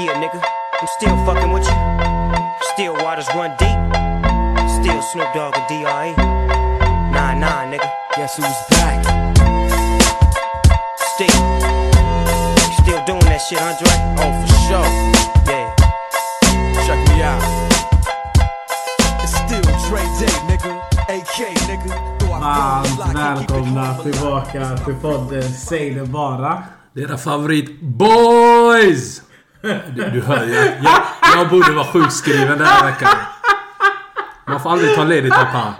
Yeah, nigga, I'm still fucking with you. Still waters run deep. Still Snoop Dogg and D.R.E. Nah, nah, nigga. Guess who's back? Still. Still doing that shit, Andre? Oh, for sure. Yeah. Check me out. It's still Dre Day, nigga. AK, nigga. Though I run the block and keep it Varmt välkomna humble. tillbaka till podden Säg det bara. Era favorit BOYS! Du, du hör ju. Jag, jag borde vara sjukskriven den här veckan. Man får aldrig ta ledigt av pan.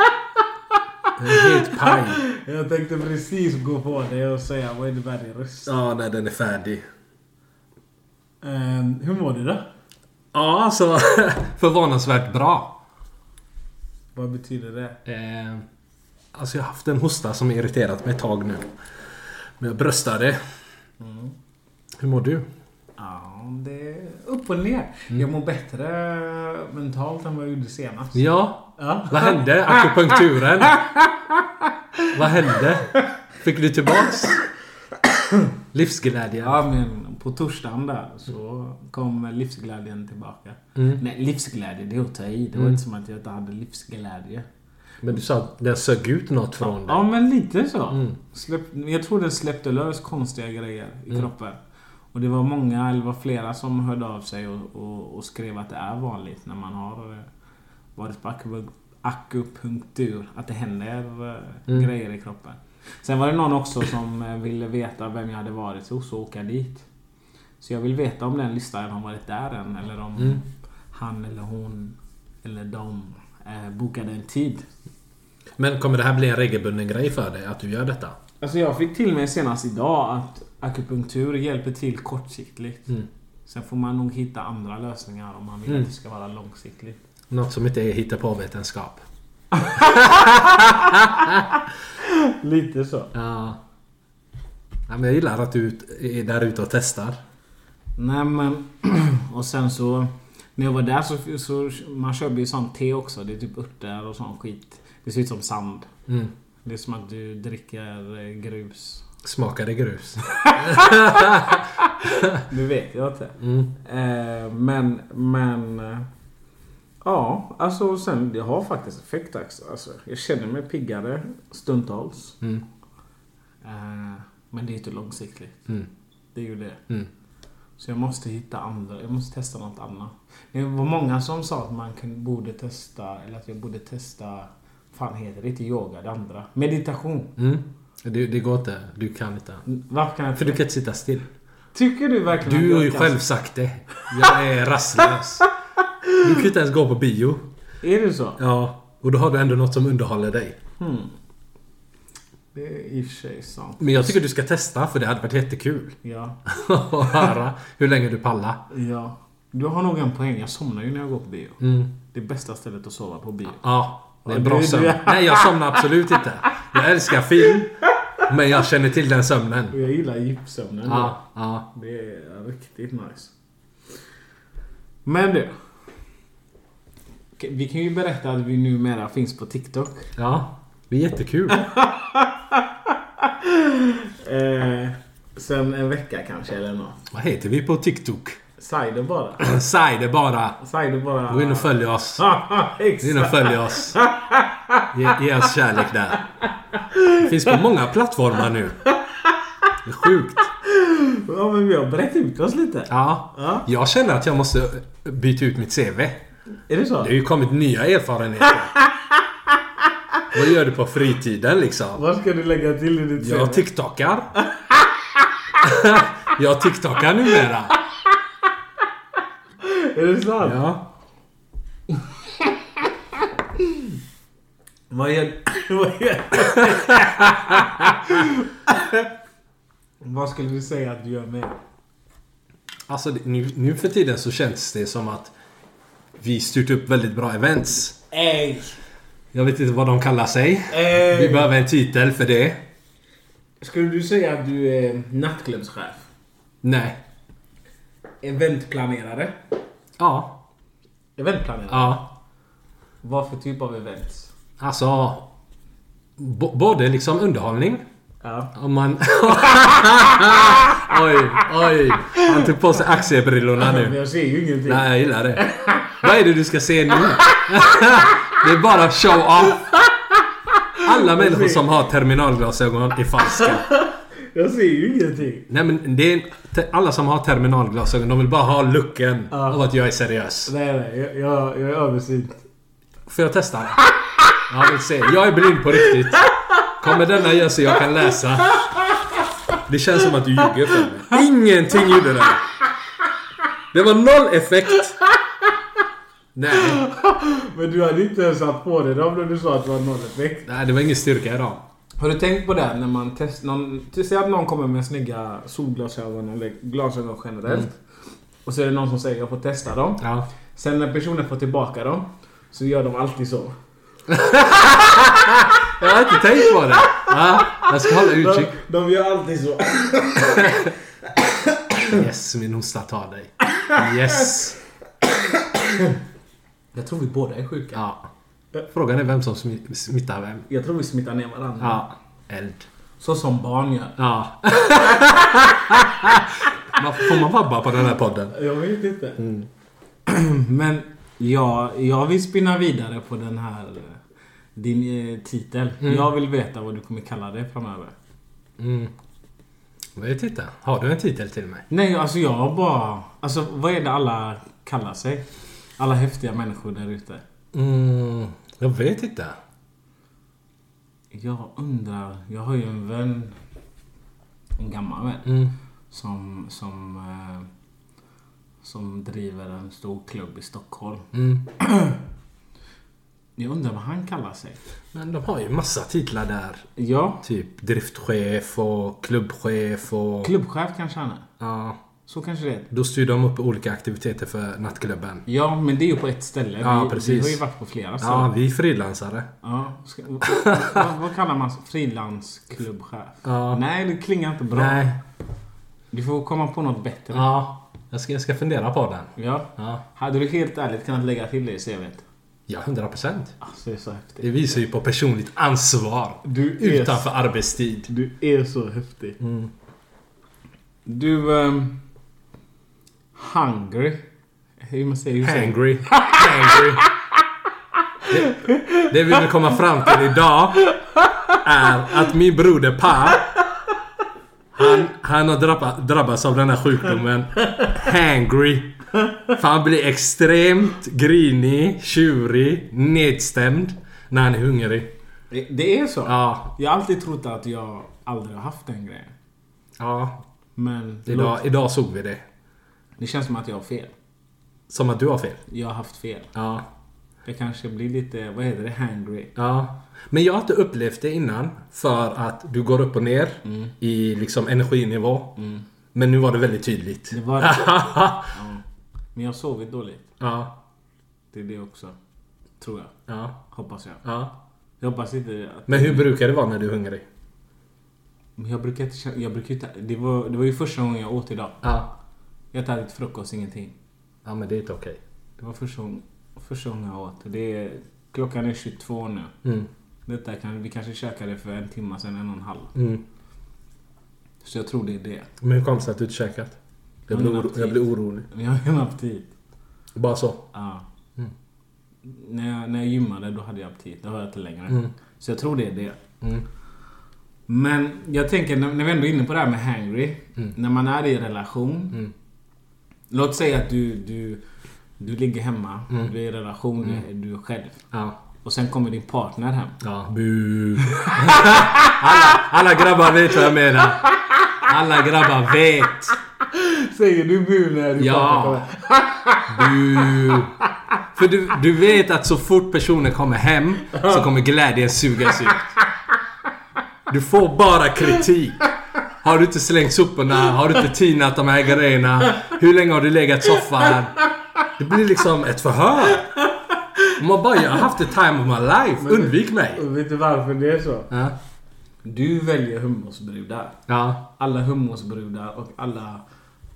Det är helt paj. Jag tänkte precis gå på det och säga vad innebär din röst? Ja, när den är färdig. Ehm, hur mår du då? Ja, alltså. Förvånansvärt bra. Vad betyder det? Eh, alltså, jag har haft en hosta som irriterat mig ett tag nu. Men jag bröstar det. Mm. Hur mår du? Ja, det är upp och ner. Jag mår bättre mentalt än vad jag gjorde senast. Ja. Ja. Vad hände? Akupunkturen? Vad hände? Fick du tillbaks livsglädje? Ja, men på torsdagen där så kom livsglädjen tillbaka. Nej, livsglädje, det är att ta i. Det var inte som att jag inte hade livsglädje. Men du sa att den sög ut något från dig. Ja, men lite så. Släpp, jag tror den släppte lös konstiga grejer i kroppen. Och det var många, eller var flera som hörde av sig och, och, och skrev att det är vanligt när man har eh, varit på akupunk- akupunktur. Att det händer eh, grejer i kroppen. Sen var det någon också som eh, ville veta vem jag hade varit hos och åka dit. Så jag vill veta om den lyssnaren har varit där än eller om han eller hon eller de eh, bokade en tid. Men kommer det här bli en regelbunden grej för dig? Att du gör detta? Alltså jag fick till mig senast idag att akupunktur hjälper till kortsiktigt. Sen får man nog hitta andra lösningar om man vill att det ska vara långsiktigt. Något som inte är hittepåvetenskap. Lite så. Ja. ja men jag gillar att du ut- är där ute och testar. Nej men... Och sen så... När jag var där så, så man köper ju sånt te också. Det är typ örter och sån skit. Det ser ut som sand. Det är som att du dricker eh, grus. Smakar det grus? Nu vet jag inte. Mm. Eh, men, men... eh, Ja, alltså sen det har faktiskt effekt också. Alltså, jag känner mig piggare stundtals. Mm. Eh, men det är inte långsiktigt. Mm. Det är ju det. Så jag måste hitta andra. Jag måste testa något annat. Det var många som sa att man kan, borde testa, eller att jag borde testa... Fan heter det inte yoga det andra? Meditation. Mm. Det, det går inte. Du kan inte. Varför kan jag För inte? du kan inte sitta still. Tycker du verkligen Du att har jag ju kan- själv sagt det. Jag är rastlös. Du kan ju inte ens gå på bio. Är du så? Ja. Och då har du ändå något som underhåller dig. Det är i och för sig sant. Men jag tycker du ska testa för det hade varit jättekul. Ja. Att höra hur länge du pallar. Ja. Du har nog en poäng. Jag somnar ju när jag går på bio. Mm. Det är bästa stället att sova på bio. Ja, det är Ja, bra du- sömn. du- Nej, jag somnar absolut inte. Jag älskar film, men jag känner till den sömnen. Och jag gillar djupsömnen. Ja, ja. Det är riktigt nice. Men du. Okej, Vi kan ju berätta att vi numera finns på TikTok. ja. Det är jättekul. Eh, sen en vecka kanske eller något. Vad heter vi på TikTok? Cider bara. Cider bara. Cider bara. Gå in och följ oss. Gå in och Exakt. följ oss. Ge, ge oss kärlek där. Finns på många plattformar nu. Det är sjukt. Ja men vi har brett ut oss lite. Ja. Ja. Jag känner att jag måste byta ut mitt CV. Är det så? Det har ju kommit nya erfarenheter. Vad gör du på fritiden liksom? Vad ska du lägga till i ditt Jag CV? TikTokar. Jag TikTokar numera. Är det sant? Ja. Vad gör... Vad gör... Vad skulle du säga att du gör med? Alltså det- nu, nu för tiden så känns det som att vi styrt upp väldigt bra events. Ey! Jag vet inte vad de kallar sig. Vi Ey! behöver en titel för det. Skulle du säga att du är nattklubbschef? Nej. Eventplanerare? Ja. Eventplanerare? Ja. Vad för typ av event? Alltså... B- både liksom underhållning. Ja. Om man... oj, oj. Han tog på sig aktiebrillorna Men nu. jag ser ju ingenting. Nej, jag gillar det. Vad är det du ska se nu? det är bara show off. Alla människor som har terminalglasögon är falska. Jag ser ju ingenting. Nej men det är... te- Alla som har terminalglasögon, de vill bara ha looken av att jag är seriös. Nej, nej. Jag, jag, jag är översint. Får jag testa? Jag vill se. Jag är blind på riktigt. Kommer denna göra så jag kan läsa? Det känns som att du ljuger för mig. Ingenting gjorde det. Det var noll effekt. Nej, Men du hade inte ens satt på dig dem när du sa att det var nolleffekt. nej det var ingen styrka idag. Har du tänkt på det här när man testar någon... Säg att någon kommer med snygga solglasögon eller glasögon generellt. Och så är det någon som säger jag får testa dem. Ja. Sen när personen får tillbaka dem så gör de alltid så. Jag har inte tänkt på det. Ja, jag ska hålla De, utkik. de gör alltid så. Yes, min hosta tar dig. Yes. Jag tror vi båda är sjuka. Ja. Frågan är vem som smi- smittar vem. Jag tror vi smittar ner varandra. Ja. Eld. Så som barn gör. Ja. Man- Får man vabba på den här podden? Jag vet inte. Men ja, jag vill spinna vidare på den här eh, din eh, titel. Jag vill veta vad du kommer kalla det framöver. Jag vet inte. Har du en titel till mig? Nej, alltså jag har bara... Alltså vad är det alla kallar sig? Alla häftiga människor där ute. Mm, jag vet inte. Jag undrar... Jag har ju en vän. En gammal vän. Mm. Som... Som, eh, som driver en stor klubb i Stockholm. Mm. Jag undrar vad han kallar sig. Men de har ju massa titlar där. Ja. Typ driftchef och klubbchef och... Klubbchef kanske han är. ja. Så kanske det är. Då styr de upp olika aktiviteter för nattklubben. Ja, men det är ju på ett ställe. Ja, vi, precis. vi har ju varit på flera ställen. Ja, Ja. vi är frilansare. Ska, vad, vad kallar man sig? frilansklubbchef? Ja. Nej, det klingar inte bra. Nej. Du får komma på något bättre. Ja. Ja. Jag ska, jag ska fundera på den. Ja. Hade du helt ärligt kunnat lägga till det i CVt? Ja, 100 procent. Alltså, det är så häftigt. Det visar ju på personligt ansvar. Du är- Utanför arbetstid. Du är så häftig. Mm. Du... ehm, hungry. Hur man säger hur säger- Hangry. Hangry. Det, det vi vill komma fram till idag är att min broder Pa han, han har drabba, drabbats av den här sjukdomen. Hangry. För han blir extremt grinig, tjurig, nedstämd när han är hungrig. Det, det är så? Ja. Jag har alltid trott att jag aldrig har haft den grejen. Ja. Men Idag, idag såg vi det. det känns som att jag har fel. Som att du har fel. Jag har haft fel. Ja. Jag kanske blir lite, vad heter det, hangry. Ja. Men jag har inte upplevt det innan för att du går upp och ner i liksom energinivå. Men nu var det väldigt tydligt. Det var Men jag har sovit dåligt. ja. Det är det också. Tror jag. Ja. Hoppas jag. Ja. Jag hoppas inte att... Men hur brukar det vara när du är hungrig? Men jag brukar inte känna... Jag brukar inte... Det var, det var ju första gången jag åt idag. Ja. Jag hade ätit frukost, ingenting. Ja men det är inte okej. Det var första gången, första gången jag åt. Det är, klockan är 22 nu. Detta kan, vi kanske käkade för en timme sedan, en och en halv. Så jag tror det är det. Men hur kom det sig att du inte käkat? Jag blir, Jag har oro, haft jag tid. blir orolig. Men jag har en aptit. Bara så. Ja. När, jag, när jag gymmade då hade jag aptit. Det har jag inte längre. Så jag tror det är det. Men jag tänker, när när vi ändå är inne på det här med hangry. När man är i en relation. Låt säga att du, du, du ligger hemma. Du är i en relation. Du, är- du är själv. Ja. Och sen kommer din partner hem. Ja, bu. alla, alla grabbar vet vad jag menar. Alla grabbar vet. Säger du bu när du Ja. Bu. För du, du vet att så fort personen kommer hem så kommer glädjen sugas ut. Du får bara kritik. Har du inte slängt soporna? Har du inte tinat de här grejerna? Hur länge har du legat i soffan? Det blir liksom ett förhör. Man bara, jag har haft the time of my life. Undvik mig. Och vet du varför det är så? Ja. Du väljer hummusbrudar. Ja. Alla hummusbrudar och alla...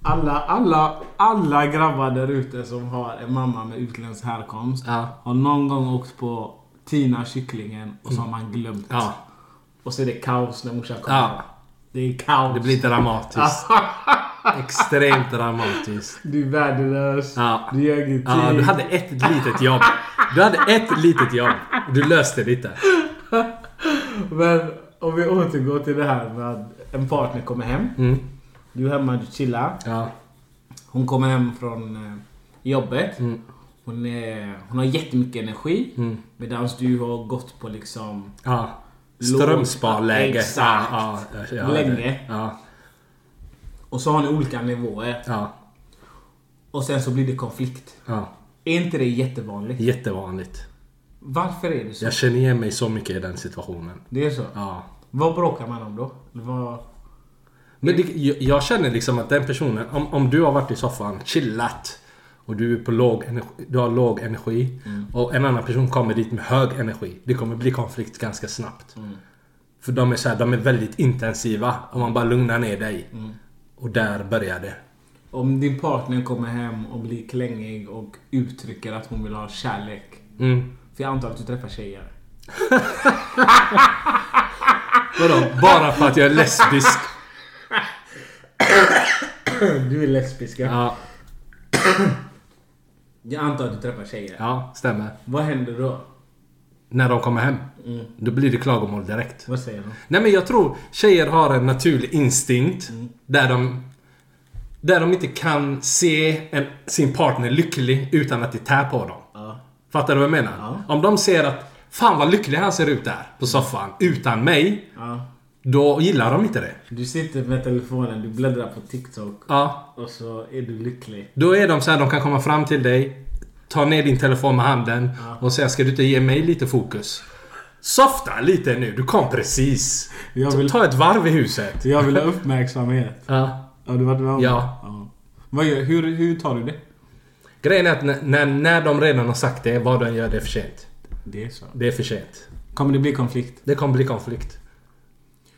Alla, alla, alla grabbar där ute som har en mamma med utländsk härkomst Ja. har någon gång åkt på Tina kycklingen och så har man glömt. Ja. Och så är det kaos när morsan kommer. Ja. Det är kaos. Det blir dramatiskt. Extremt dramatiskt. Du är värdelös. Ja. Du gör ingenting. Ja, du hade ett litet jobb. Du hade ett litet jobb. Du löste det inte. Men om vi återgår till det här med att en partner kommer hem. Mm. Du är hemma, du chillar. Ja. Hon kommer hem från eh, jobbet. Mm. Hon, är, hon har jättemycket energi. Medan du har gått på liksom... ja. Strömsparläge. Exakt. Ja, ja, ja, Länge. Ja. Och så har ni olika nivåer. Ja. Och sen så blir det konflikt. ja. Är inte det jättevanligt? Jättevanligt. Varför är det så? Jag känner igen mig så mycket i den situationen. Det är så? Ja. Vad bråkar man om då? Vad... Men det, jag- jag känner liksom att den personen, om, om du har varit i soffan, chillat och du, är på låg energi, du har låg energi och en annan person kommer dit med hög energi. Det kommer bli konflikt ganska snabbt. För de är, så här, de är väldigt intensiva. Om man bara lugnar ner dig. Och där börjar det. Om din partner kommer hem och blir klängig och uttrycker att hon vill ha kärlek. Mm. För jag antar att du träffar tjejer. Vadå? Bara för att jag är lesbisk. Du är lesbisk ja. Ja, Jag antar att du träffar tjejer. ja stämmer. Vad händer då? När de kommer hem. Då blir det klagomål direkt. Vad säger hon? Nej men jag tror tjejer har en naturlig instinkt Mm. där de där de inte kan se en, sin partner lycklig utan att det tär på dem. Fattar du vad jag menar? Om de ser att Fan vad lycklig han ser ut där på soffan utan mig. Mm. Ja. Då gillar de inte det. Du sitter med telefonen, du bläddrar på TikTok Ja. och så är du lycklig. Då är de så här, de kan komma fram till dig, ta ner din telefon med handen och säga ska du inte ge mig lite fokus? Softa lite nu, du kom precis. Jag vill- Ta ett varv i huset. Jag vill ha uppmärksamhet. Ja. Har du varit med om det? Ja. Vad gör, hur, hur tar du det? Grejen är att när, när, när de redan har sagt det, vad de gör, det är för sent. Det är så. Det är för sent. Kommer det bli konflikt? Det kommer bli konflikt.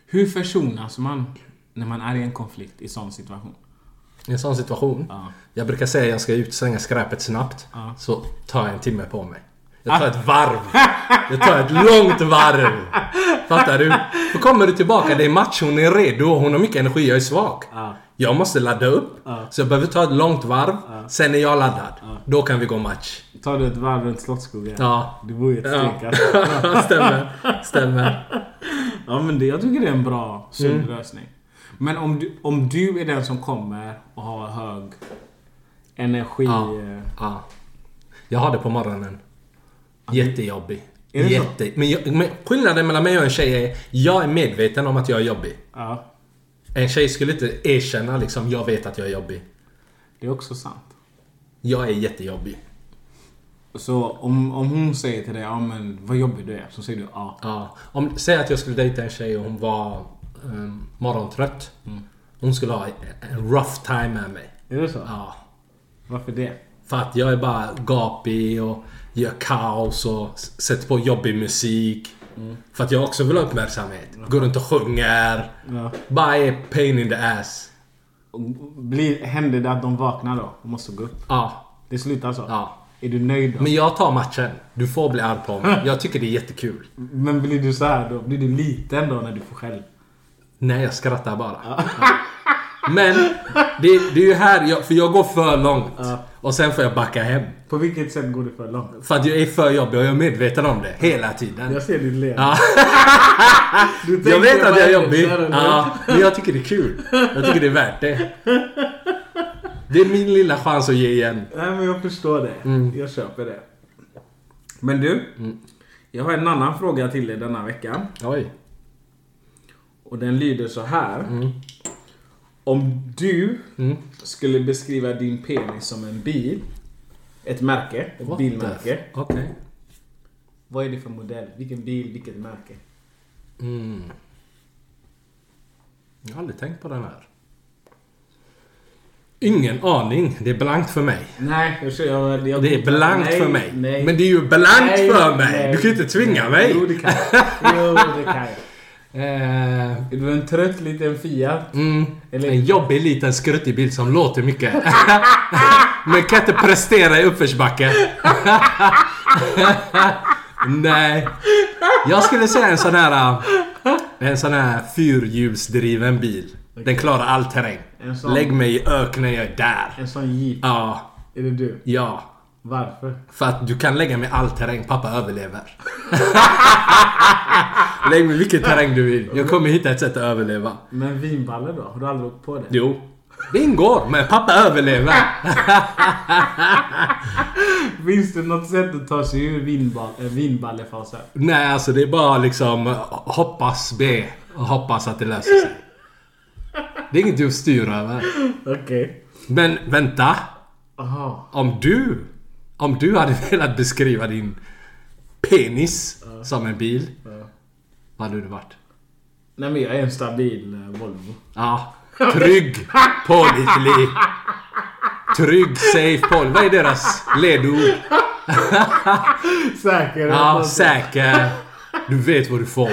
Hur försonas man när man är i en konflikt i sån situation? I en sån situation. Ja. Jag brukar säga att jag ska ut och slänga skräpet snabbt. Ja. Ah. Så tar jag en timme på mig. Jag tar ett varv. Jag tar ett långt varv. Fattar du? Då kommer du tillbaka, det är match, hon är redo, hon har mycket energi, jag är svag. Ja. Jag måste ladda upp. Så jag behöver ta ett långt varv. Sen är jag laddad. Då kan vi gå match. Tar du ett varv runt Slottsskogen? Ja. Du bor ju ett Ja. steg alltså. Stämmer. Stämmer. Ja men det, jag tycker det är en bra sund Mm. lösning. Men om du, om du är den som kommer och har hög energi... Ja. eh, Ja. Jag har det på morgonen. Jättejobbig. Är det så? Jätte... Men, jag, men skillnaden mellan mig och en tjej är jag är medveten om att jag är jobbig. Ja, En tjej skulle inte erkänna liksom, jag vet att jag är jobbig. det är också sant. Jag är jättejobbig. Så om, om hon säger till dig ja men vad jobbig du är, så säger du ja. Ja. Om, säg att jag skulle dejta en tjej och hon var um, morgontrött. Hon skulle ha en rough time med mig. Mm. Är det så? Ja. Varför det? För att jag är bara gapig och gör kaos och s- sätter på jobbig musik. Mm. För att jag också vill ha uppmärksamhet. Går runt och sjunger. Ja. Bara är pain in the ass. Och Blir, händer det att de vaknar då och måste gå upp? Ja. Det slutar så? Ja. Är du nöjd då? Men jag tar matchen. Du får bli arg Mm. på mig. Jag tycker det är jättekul. Men blir du så här då? Blir du liten då när du får skäll? Nej, jag skrattar bara. Ja. Men det, det är ju här, jag, för jag går för långt. Och sen får jag backa hem. På vilket sätt går det för långt? För att jag är för jobbig och jag är medveten om det hela tiden. Jag ser ditt leende. Ja. Du tänker Jag vet att vad jag är det jobbig. där, eller? Ja, men jag tycker det är kul. Jag tycker det är värt det. Det är min lilla chans att ge igen. Nej men jag förstår det. Mm. Jag köper det. Men du. Jag har en annan fråga till dig denna veckan. Oj. Och den lyder så här. Mm. Om du skulle beskriva din penis som en bil. Ett märke. Ett What the bilmärke. f- Okej. Vad är det för modell? Vilken bil? Vilket märke? Jag har aldrig tänkt på den här. Ingen aning. Det är blankt för mig. Nej, jag, kör- jag, jag Det är blankt nej, för mig. Nej. Men det är ju blankt Nej, för mig. nej. du kan ju inte tvinga mig. Jo, det kan jag. Jo, det kan jag. Eh, Är du en trött liten Fiat? mm, Eller- en jobbig liten skruttig bil som låter mycket. Men kan inte prestera i uppförsbacke. Nej. Jag skulle säga en sån här... eh, En sån här fyrhjulsdriven bil. Den klarar all terräng. En sån. Lägg mig i öknen, jag är där. En sån jeep? Ja. Är det du? Ja. Varför? För att du kan lägga mig i all terräng, pappa överlever. Lägg mig vilken terräng du vill. Jag kommer hitta ett sätt att överleva. Men vinballe då? Har du aldrig åkt på det? Jo. Det ingår, men pappa överlever. Finns det något sätt att ta sig ur vinball- äh, vinballefasen? Nej, alltså det är bara liksom hoppas, be och hoppas att det löser sig. Det är inget du styr över. Okej. Men vänta. Aha. Om du... Om du hade velat beskriva din penis som en bil. Vad hade du varit? Nej men jag är en stabil eh, Volvo. Ja. Trygg, pålitlig. Trygg, safe, pålitlig. Vad är deras ledord? Säker? Alltså, Ja, säker. Du vet vad du får.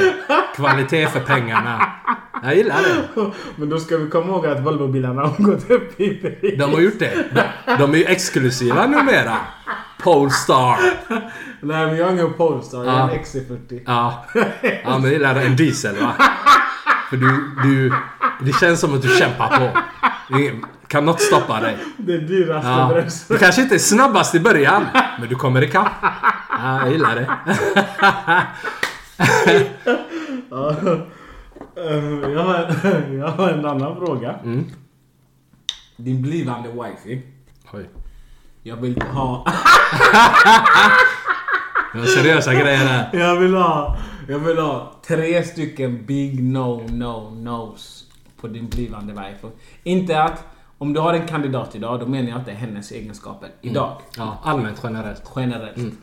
Kvalitet för pengarna. Jag gillar det. Men då ska vi komma ihåg att Volvobilarna har gått upp i pris. De har gjort det. De, de är ju exklusiva numera. Polestar. Nej men jag har ingen Polestar, jag är Ja. en E XC40. Ja. Ja, men jag gillar det. En diesel va? För du, du... Det känns som att du kämpar på. Det kan något stoppa dig. Det dyraste Ja. bröstet. Du kanske inte är snabbast i början, men du kommer ikapp. Ja, jag gillar det. Eh, jag, har, jag har en annan fråga. Din blivande wifey. Oj. Jag vill ha... Det var seriösa grejer där. Jag vill ha... Jag vill ha tre stycken big no no nos på din blivande wifey. Inte att... Om du har en kandidat idag, då menar jag inte hennes egenskaper. Idag. Ja, allmänt generellt. Generellt.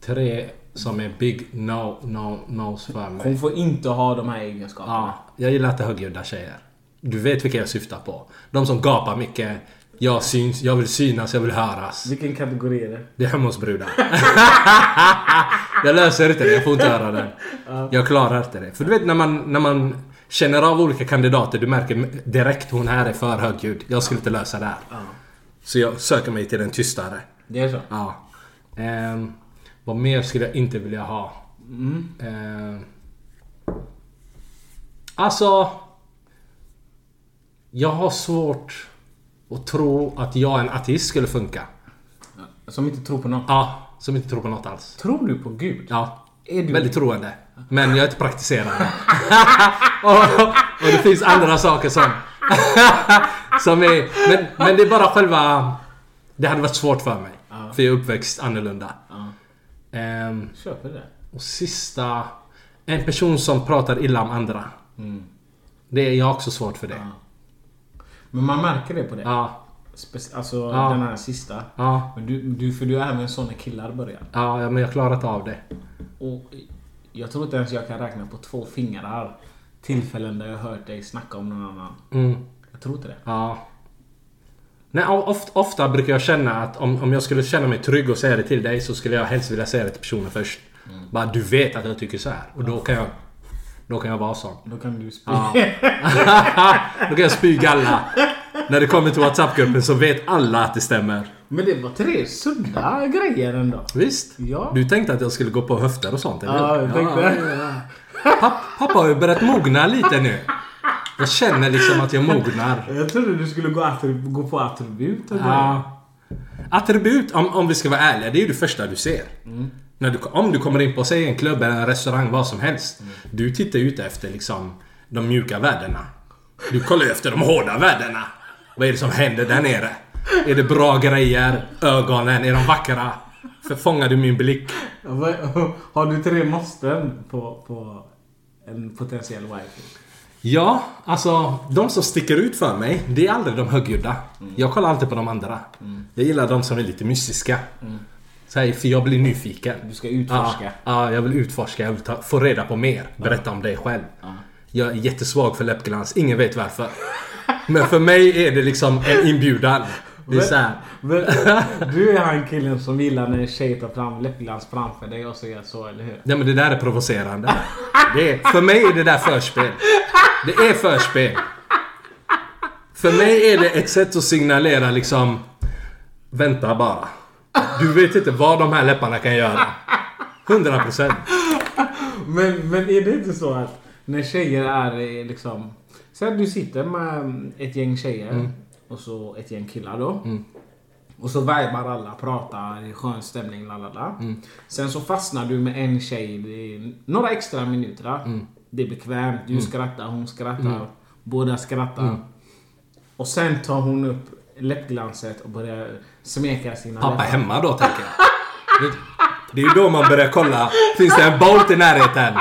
Tre som är big no, no, nos för mig. Hon får inte ha de här egenskaperna. Ja, jag gillar inte högljudda tjejer. Du vet vilka jag syftar på. De som gapar mycket. Jag syns, jag vill synas, jag vill höras. Vilken kategori är det? Det är hemmosbrudar. jag löser inte det, jag får inte höra den. Jag klarar inte det. För du vet när man, när man känner av olika kandidater, du märker direkt hon här är för högljudd. Jag skulle inte lösa det här. Så jag söker mig till den tystare. Det är så? Ja. Ehm, vad mer skulle jag inte vilja ha? Ehm, alltså... Jag har svårt att tro att jag, en ateist, skulle funka. Som inte tror på någon. Ja, som inte tror på något alls. Tror du på Gud? Ja. Är du- Väldigt troende. Men jag är inte praktiserande. och, och det finns andra saker som... som är... Men, men det är bara själva... Det hade varit svårt för mig. För jag är uppväxt annorlunda. Ehm, Köper det. och sista... En person som pratar illa om andra. Mm. Det är jag har också svårt för det. Men man märker det på det. Ja. Spec- alltså Ja. den här sista. Ja. Men du, du, för du är även sån när killar börjar. Ja, men jag har klarat av det. Och jag tror inte ens jag kan räkna på två fingrar tillfällen där jag hört dig snacka om någon annan. Jag tror inte det. Mm. Ja. Nej, o- oft, ofta brukar jag känna att om, om jag skulle känna mig trygg och säga det till dig så skulle jag helst vilja säga det till personen först. Bara du vet att jag tycker så här. Och då kan jag... Då kan jag vara sån. Då kan du spy. Då kan jag spy galla. När det kommer till WhatsApp-gruppen så vet alla att det stämmer. Men det var tre sunda grejer ändå. Visst? Ja. Du tänkte att jag skulle gå på höfter och sånt, eller Ja, jag tänkte. ja, ja. Papp, Pappa har ju börjat mogna lite nu. Jag känner liksom att jag mognar. Jag trodde du skulle gå, attrib- gå på attribut. eller? Ja. Attribut, om, om vi ska vara ärliga, det är ju det första du ser. När du, om du kommer in på, säg en klubb eller en restaurang, vad som helst. Du tittar ju ut efter liksom de mjuka värdena. Du kollar ju efter de hårda värdena. Vad är det som händer där nere? Är det bra grejer? Ögonen, är de vackra? För- Fångar du min blick? Ja, vad- Har du tre måsten på, på en potentiell wifi? Ja, alltså de som sticker ut för mig, det är aldrig de högljudda. Mm. Jag kollar alltid på de andra. Jag gillar de som är lite mystiska. Så här, för jag blir nyfiken. Mm. Du ska utforska. Ja, ja, jag vill utforska. Jag vill ta, få reda på mer. Berätta om dig själv. Jag är jättesvag för läppglans. Ingen vet varför. Men för mig är det liksom en inbjudan. Det är så här. Men, du är han killen som gillar när en tjej tar fram läppglans framför dig och säger så, eller hur? Nej men det där är provocerande. Det är, för mig är det där förspel. Det är förspel. För mig är det ett sätt att signalera liksom... Vänta bara. Du vet inte vad de här läpparna kan göra. 100 procent. Men, men är det inte så att när tjejer är eh, liksom... Säg att du sitter med mm, ett gäng tjejer och så ett gäng killar då. Mm. Och så vibar alla, pratar, det är skön stämning, la la la. Mm. Sen så fastnar du med en tjej i några extra minuter. Mm. Det är bekvämt, du skrattar, hon skrattar, båda skrattar. Mm. Och sen tar hon upp läppglanset och börjar smeka sina Pappa är hemma då tänker jag. Det- Det är ju då man börjar kolla. Finns det en Bolt i närheten?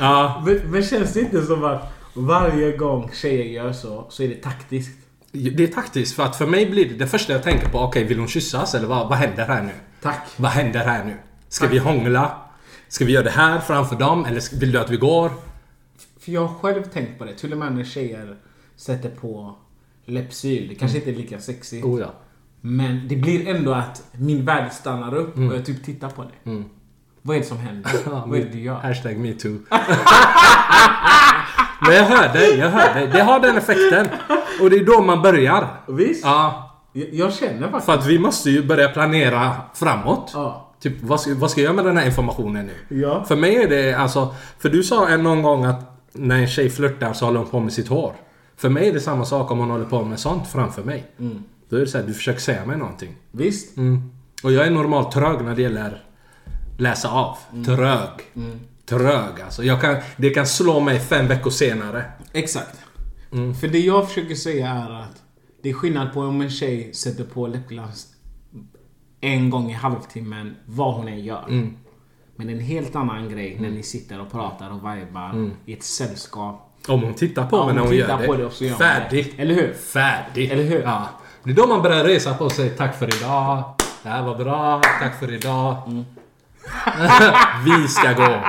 Ja, Men, men känns det inte som att varje gång tjejer gör så, så är det taktiskt? det är taktiskt för att för mig blir det det första jag tänker på. Okej, vill hon kyssas eller vad, vad händer här nu? Tack. Vad händer här nu? Ska vi hångla? Ska vi göra det här framför dem? Eller ska- vill du att vi går? För jag har själv tänkt på det. Till och med när tjejer sätter på läppsyl. Det kanske inte är lika sexigt. Mm. Oh ja. Men det blir ändå att min värld stannar upp Mm. och jag typ tittar på det. Vad är det som händer? Vad är det du gör? Hashtag metoo. Men jag hör dig, jag hör dig. Det har den effekten. Och det är då man börjar. Visst? Ja. Jag, jag känner faktiskt... För att vi måste ju börja planera framåt. Ja. Typ, vad ska, vad ska jag göra med den här informationen nu? Ja. För mig är det alltså... För du sa en någon gång att när en tjej flörtar så håller hon på med sitt hår. För mig är det samma sak om hon håller på med sånt framför mig. Då är det så här, du försöker säga mig någonting. Visst? Mm. Och jag är normalt trög när det gäller läsa av. Trög. Trög alltså. Jag kan, det kan slå mig fem veckor senare. Exakt. För det jag försöker säga är att det är skillnad på om en tjej sätter på läppglans en gång i halvtimmen, vad hon än gör. Men det är en helt annan grej när ni sitter och pratar och vibar i ett sällskap. Om hon tittar på Ja, mig om när hon hon gör tittar det. på det och så gör hon Färdigt. det. Eller hur? Färdigt. Eller hur? Ja. Det är då man börjar resa på sig. Tack för idag. Det här var bra. Tack för idag. Mm. Vi ska gå.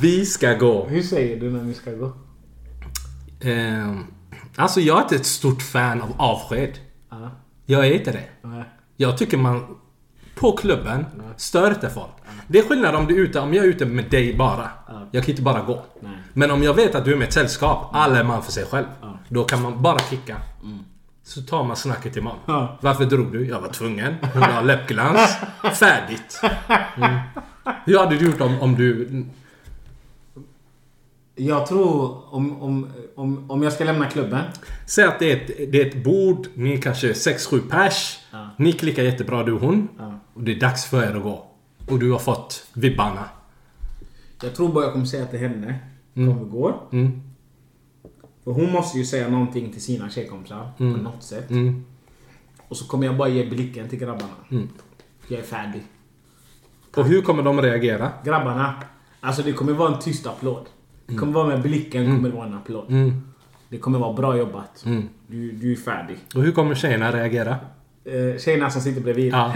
Vi ska gå. Hur säger du när ni ska gå? Ehm, alltså jag är inte ett stort fan av avsked. Ja. Jag är inte det. Nej. Jag tycker man... På klubben, stör inte folk. Det är skillnad om du är ute, om jag är ute med dig bara. Jag kan inte bara gå. Nej. Men om jag vet att du är med ett sällskap, alla är man för sig själv. Då kan man bara kicka. Så tar man snacket imorgon. Mm. Ja. Varför drog du? Jag var tvungen. Hon har läppglans. Färdigt. Mm. Hur hade du gjort om, om du... Jag tror om, om, om, om jag ska lämna klubben. Säg att det är ett, det är ett bord, ni är kanske 6-7 pers. Ni klickar jättebra du och hon. Och det är dags för er att gå. Och du har fått vibbarna. Jag tror bara jag kommer säga till henne om vi går. Mm. För hon måste ju säga någonting till sina tjejkompisar Mm. på något sätt. Och så kommer jag bara ge blicken till grabbarna. Mm. Jag är färdig. Och hur kommer de reagera? Grabbarna. Alltså det kommer vara en tyst applåd. Mm. Det kommer vara med blicken, kommer det vara en applåd. Det kommer vara bra jobbat. Mm. Du, du är färdig. Och hur kommer tjejerna reagera? Eh, tjejerna som sitter bredvid. Ja.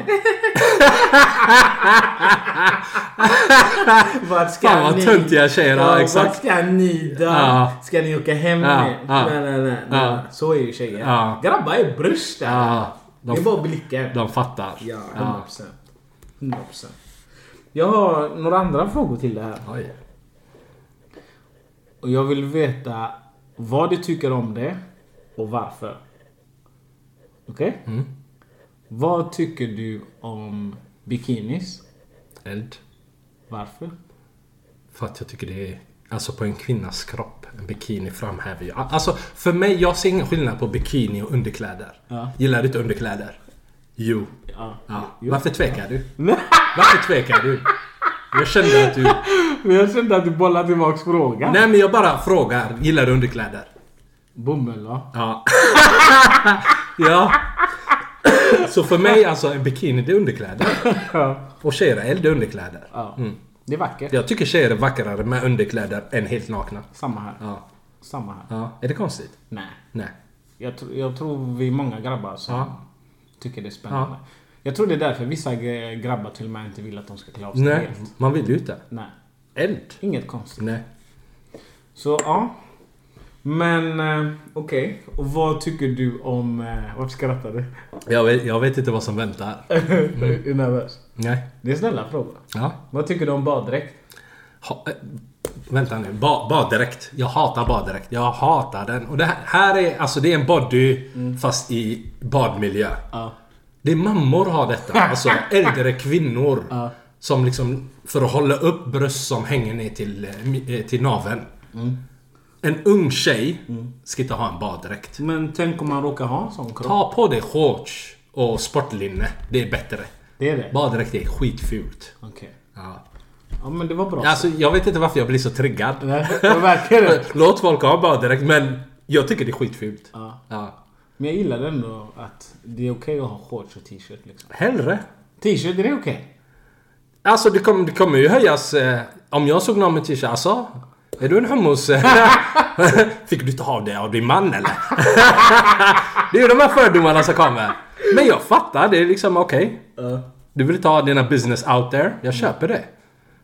Vad ska Fan, vad ni- töntiga tjejer, ja, Vad exakt. ska ni då? Ja. Ska ni åka hem Ja, nu? ja. Nej, nej, nej, nej. Ja. Så är ju tjejer. Ja. Grabbar är bröst där. Ja, Det är de, bara blicken. de fattar. Ja, 100%. 100%. Jag har några andra frågor till det här. Oj. Och jag vill veta vad du tycker om det och varför. Okej? Vad tycker du om bikinis? Eld. Varför? För att jag tycker det är... Alltså på en kvinnas kropp, en bikini framhäver ju... Alltså för mig, jag ser ingen skillnad på bikini och underkläder. Ja. Gillar du inte underkläder? Jo. Ja. Ja. Varför tvekar du? Varför tvekar du? Jag kände att du... Men jag kände att du bollade tillbaks frågan. Nej men jag bara frågar, gillar du underkläder? Bomull va? Ja. ja. Så för mig alltså en bikini det är underkläder. Ja. Och tjejer är det är underkläder. ja. Det är vackert. Jag tycker tjejer är vackrare med underkläder än helt nakna. Samma här. Ja. Samma här. ja. Är det konstigt? Nej. Nej. Jag, tr- jag tror vi är många grabbar som Ja. tycker det är spännande. Jag tror det är därför vissa g- grabbar till och med inte vill att de ska klä av sig Nej. helt. Man vill ju inte. Nej. Eld. Inget konstigt. Nej. Så ja. Men eh, okej. Och vad tycker du om... Eh, varför skrattar Mm. du? Jag vet, jag vet inte vad som väntar. Är du nervös? Nej. Det är snälla frågor. Ja. Vad tycker du om baddräkt? Ha, äh, vänta nu. Ba, baddräkt. Jag hatar baddräkt. Jag hatar den. Och det här, här är alltså det är en body fast i badmiljö. Ja. Det är mammor har detta. Alltså äldre kvinnor. Ja. Som liksom för att hålla upp bröst som hänger ner till, eh, mi- eh, till naveln. En ung tjej ska inte ha en baddräkt. Men tänk om man råkar ha en sån kropp? Ta på dig shorts och sportlinne. Det är bättre. Det är det? Baddräkt är skitfult. Okej. Ja. Ja men det var bra. Alltså jag vet inte varför jag blir så triggad. Nej, det verkar det. Låt folk ha baddräkt men jag tycker det är skitfult. Ja. Ja. Men jag gillar ändå att det är okej att ha shorts och t-shirt liksom. Hellre. T-shirt, är det okej? Alltså det kommer, det kommer ju höjas. Eh, om jag såg någon med t-shirt, alltså. Är du en homos? Fick du inte ha det av din man eller? det är ju de här fördomarna som kommer. Men jag fattar, det är liksom okej. Du vill inte ha dina business out there. Jag köper det.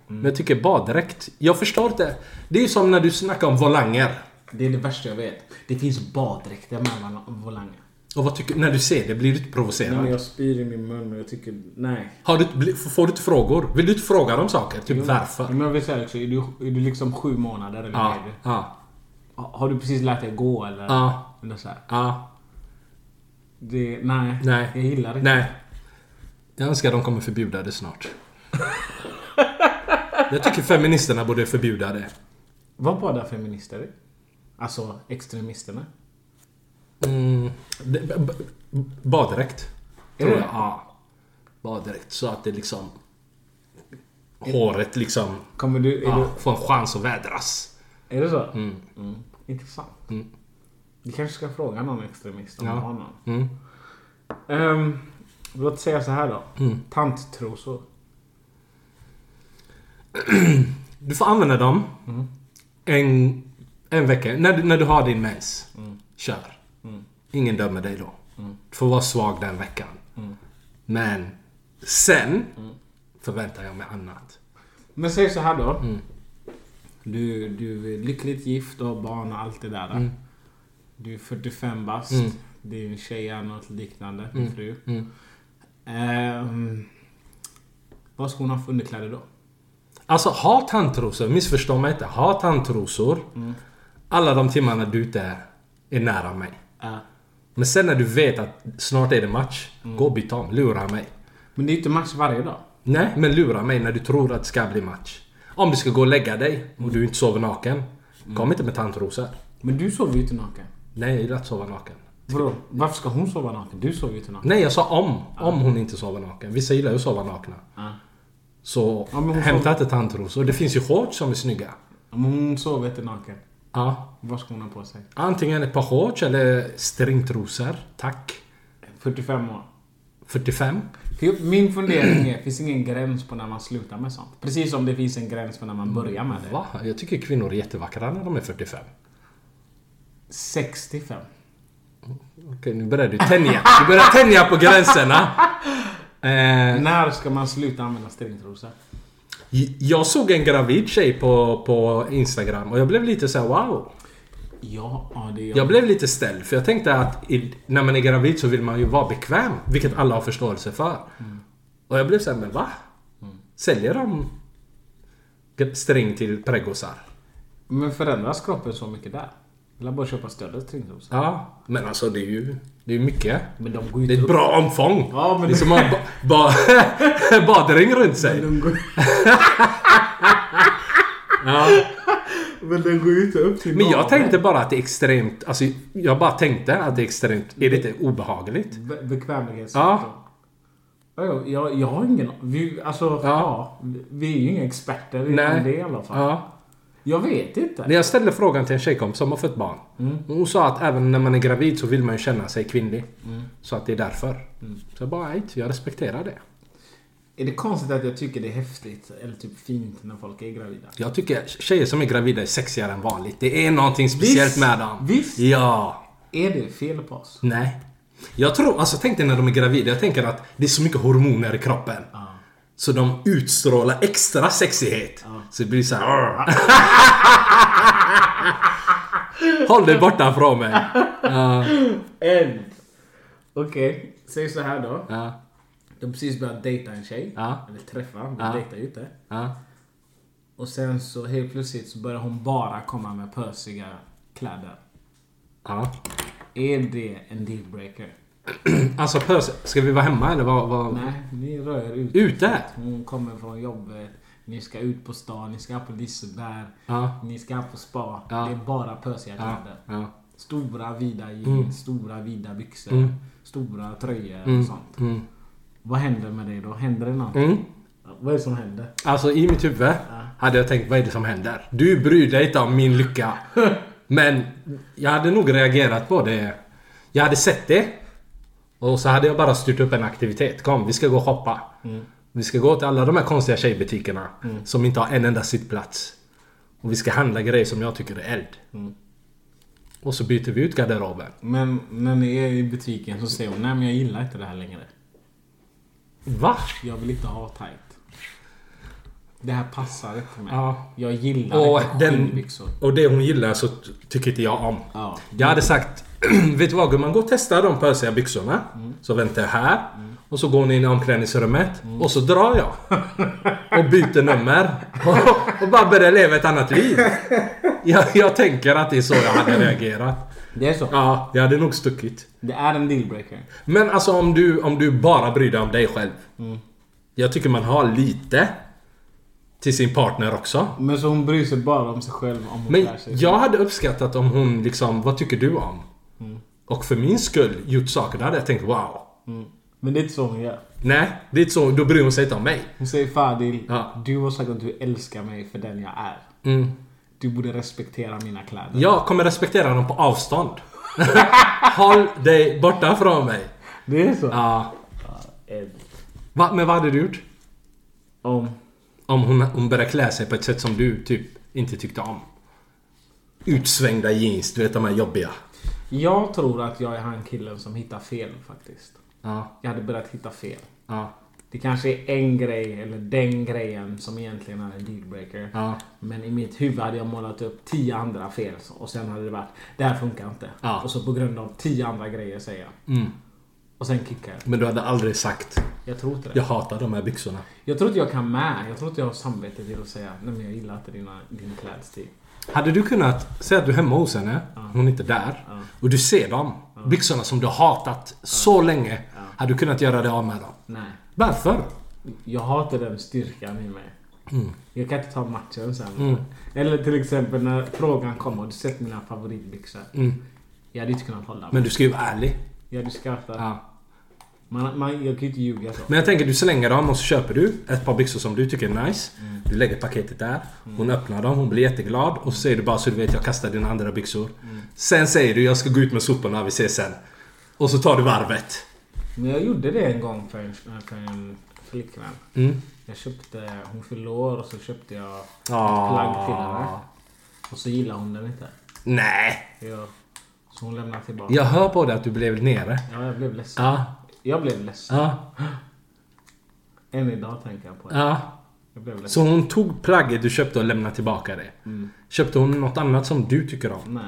Men Mm. jag tycker baddräkt. Jag förstår inte. Det är ju som när du snackar om volanger. Det är det värsta jag vet. Det finns baddräkter med vol- volanger. Och vad tycker När du ser det, blir du inte Nej, provocerad? men jag spyr i min mun och jag tycker... Nej. Har du, inte- bli- får du inte frågor? Vill du inte fråga dem saker? Typ Ja, varför? Men jag vill säga också, är du, är du liksom sju månader eller vad Ja, är du? ja, Ha- Har du precis lärt dig gå eller? Ja. eller så här? ja. Det, nej, Nej. jag gillar det Nej. Jag önskar de kommer förbjuda det snart. Jag tycker feministerna borde förbjuda det. Vad badar feminister i? Alltså extremisterna? Mm. det b- b- baddräkt. Tror det jag. det? Ja. Baddräkt. Så att det liksom... Håret liksom... Kommer du... Är, Ja, får en chans att vädras. du, är det så? Mm. Intressant. Vi kanske ska fråga någon extremist om Mm. Ja. de har någon. Mm. Ehm, låt säga så här då. Mm. Tanttrosor. Du får använda dem en, en vecka. När, du- när du har din mens. Kör. Ingen dömer dig då. Du får vara svag den veckan. Men sen förväntar jag mig annat. Men säg så här då. Du, du är lyckligt gift och har barn och allt det där. Du är 45 bast. Din tjej är något liknande. Din fru. Ehm, vad ska hon ha för underkläder då? Alltså ha tandtrosor. Missförstå mig inte. Ha tandtrosor. Alla de timmarna du inte är nära mig. Ja. Men sen när du vet att snart är det match. Gå och byt om. Lura mig. Men det är ju inte match varje dag. Nej, men lura mig när du tror att det ska bli match. Om du ska gå och lägga dig och du inte sover naken. Mm. Kom inte med tantrosor. Men du sover ju inte naken. Nej, jag gillar att sova naken. Vadå? Varför ska hon sova naken? Du sover ju inte naken. Nej, jag sa om. Om hon inte sover naken. Vissa gillar ju att sova nakna. Ja. Så Ja, men hon hämta inte tantrosor. Det finns ju shorts som är snygga. Men hon sover inte naken. Ja. Vad ska hon ha på sig? Antingen ett par shorts eller stringtrosor. Tack. 45 år. 45. För jag- Min fundering är, finns ingen gräns på när man slutar med sånt? Precis som det finns en gräns för när man börjar med det. Va? Jag tycker kvinnor är jättevackra när de är 45. 65. Okej, nu börjar du tänja. Du börjar tänja på gränserna. Eh, När ska man sluta använda stringtrosor? Jag såg en gravid tjej på, på Instagram och jag blev lite så här: wow. Ja, ja det är jag. Jag blev lite ställd för jag tänkte att i, när man är gravid så vill man ju vara bekväm. Vilket alla har förståelse för. Mm. Och jag blev såhär, men va? Säljer de g- string till präggosar? Men förändras kroppen så mycket där? Eller bara köpa större stringtrosor? Ja. Men alltså det är ju det är ju mycket. Men de går ju Det är inte ett bra omfång. Ja, men det är de- som att ha ba, ba, badring runt sig. De går... Ja. Men den går ju inte upp till Men jag naveln. tänkte bara att det är extremt... Alltså, jag bara tänkte att det är extremt... Är det inte obehagligt? Be- Bekvämlighet. Ja. Ja, ja, Jag, jag har ingen vi, alltså, ja. vi- vi är ju inga experter Nej. inom det i alla fall. Ja. Jag vet inte. När jag ställde frågan till en tjejkompis som har fött barn. Hon sa att även när man är gravid så vill man ju känna sig kvinnlig. Så att det är därför. Så jag bara, nej, jag respekterar det. Är det konstigt att jag tycker det är häftigt eller typ fint när folk är gravida? Jag tycker tjejer som är gravida är sexigare än vanligt. Det är någonting speciellt Visst, med dem. visst. Ja. Är det fel på oss? Nej. Jag tror, alltså tänk dig när de är gravida. Jag tänker att det är så mycket hormoner i kroppen. Så de utstrålar extra sexighet. Så det blir så här. "Arr." Håll dig borta från mig. End! Okej, säg så här då. Ja. De har precis börjat dejta en tjej. Ja. Eller träffa, de Ja. dejtar ju inte. Ja. Och sen så helt plötsligt så börjar hon bara komma med pösiga kläder. Ja. Är det en dealbreaker? Alltså pös, ska vi vara hemma eller vad? vad? Nej, ni rör er ut. Ute? Hon kommer från jobbet. Ni ska ut på stan, ni ska på Liseberg. Ja. Ni ska på spa. Ja. Det är bara pösiga kläder. Ja. Stora vida jeans, stora vida byxor. Stora tröjor och sånt. Vad händer med dig då? Händer det någonting? Vad är det som händer? Alltså i mitt huvud hade jag tänkt vad är det som händer? Du bryr dig inte om min lycka. Men jag hade nog reagerat på det. Jag hade sett det. Och så hade jag bara styrt upp en aktivitet. Kom vi ska gå och shoppa. Vi ska gå till alla de här konstiga tjejbutikerna. Som inte har en enda sittplats. Och vi ska handla grejer som jag tycker är eld. Och så byter vi ut garderoben. Men när ni är i butiken så säger hon nej men jag gillar inte det här längre. Va? Jag vill inte ha tight. Det här passar inte mig. Ja. Jag gillar Och, inte den, skinnbyxor. och det hon gillar så t- tycker inte jag om. Ja. Jag hade sagt, vet du vad gumman? Gå och testa de pösiga byxorna. Så väntar jag här. Och så går ni in i omklädningsrummet. Och så drar jag. Och byter nummer. Och, och bara börjar leva ett annat liv. Jag, jag tänker att det är så jag hade reagerat. Det är så. Ja, jag hade nog stuckit. Det är en dealbreaker. Men alltså om du, om du bara bryr dig om dig själv. Jag tycker man har lite. Till sin partner också. Men så hon bryr sig bara om sig själv om hon Men klär sig. jag hade uppskattat om hon liksom, vad tycker du om? Och för min skull gjort saker, då hade jag tänkt wow. Men det är inte så hon gör. Nej, det är inte så, då bryr hon sig inte om mig. Hon säger Fadil, Ja. Mm. du har sagt att du älskar mig för den jag är. Du borde respektera mina kläder. Jag kommer respektera dem på avstånd. Håll dig borta från mig. Det är så? Ja. Ed. Va, men vad hade du gjort? Om. Om hon, hon började klä sig på ett sätt som du typ inte tyckte om. Utsvängda jeans, du vet de här jobbiga. Jag tror att jag är han killen som hittar fel faktiskt. Ja, Jag hade börjat hitta fel. ja, Det kanske är en grej, eller den grejen, som egentligen är en dealbreaker. ja. Men i mitt huvud hade jag målat upp tio andra fel och sen hade det varit Det här funkar inte. Ja. Mm. Och så på grund av tio andra grejer säger jag. Och sen kickar jag. Men du hade aldrig sagt Jag tror inte det. jag hatar de här byxorna. Jag tror inte jag kan med. Jag tror inte jag har samvete till att säga Nej men jag gillar inte dina, din klädstil. Hade du kunnat säga att du är hemma hos henne, hon är inte där, och du ser dem, byxorna som du hatat så länge. Hade du kunnat göra det av med dem? Nej. Varför? Jag har inte den styrkan i mig. Mm. Jag kan inte ta matchen sen. Eller till exempel när frågan kommer. Har du sett mina favoritbyxor? Jag hade inte kunnat hålla mig. Mm. Men du ska ju vara ärlig. Jag hade skrattat. Ja. Man, man, jag kan ju inte ljuga så. Men jag tänker, du slänger dem och så köper du ett par byxor som du tycker är nice. Du lägger paketet där. Hon öppnar dem, hon blir jätteglad. Och så säger du bara så du vet, jag kastar dina andra byxor. Sen säger du, jag ska gå ut med soporna, vi ses sen. Och så tar du varvet. Men jag gjorde det en gång för en, för en flickvän. Mm. Jag köpte, hon fyllde år och så köpte jag ett Ah. plagg till henne. Och så gillade hon den inte. Nej! Jag, så hon lämnade tillbaka. Jag hör på dig att du blev nere. Ja, jag blev ledsen. Ja, Jag blev ledsen. ja, Än idag tänker jag på det. ja. Jag blev ledsen. Så hon tog plagget du köpte och lämnade tillbaka det. Mm. Köpte hon något annat som du tycker om? Nej.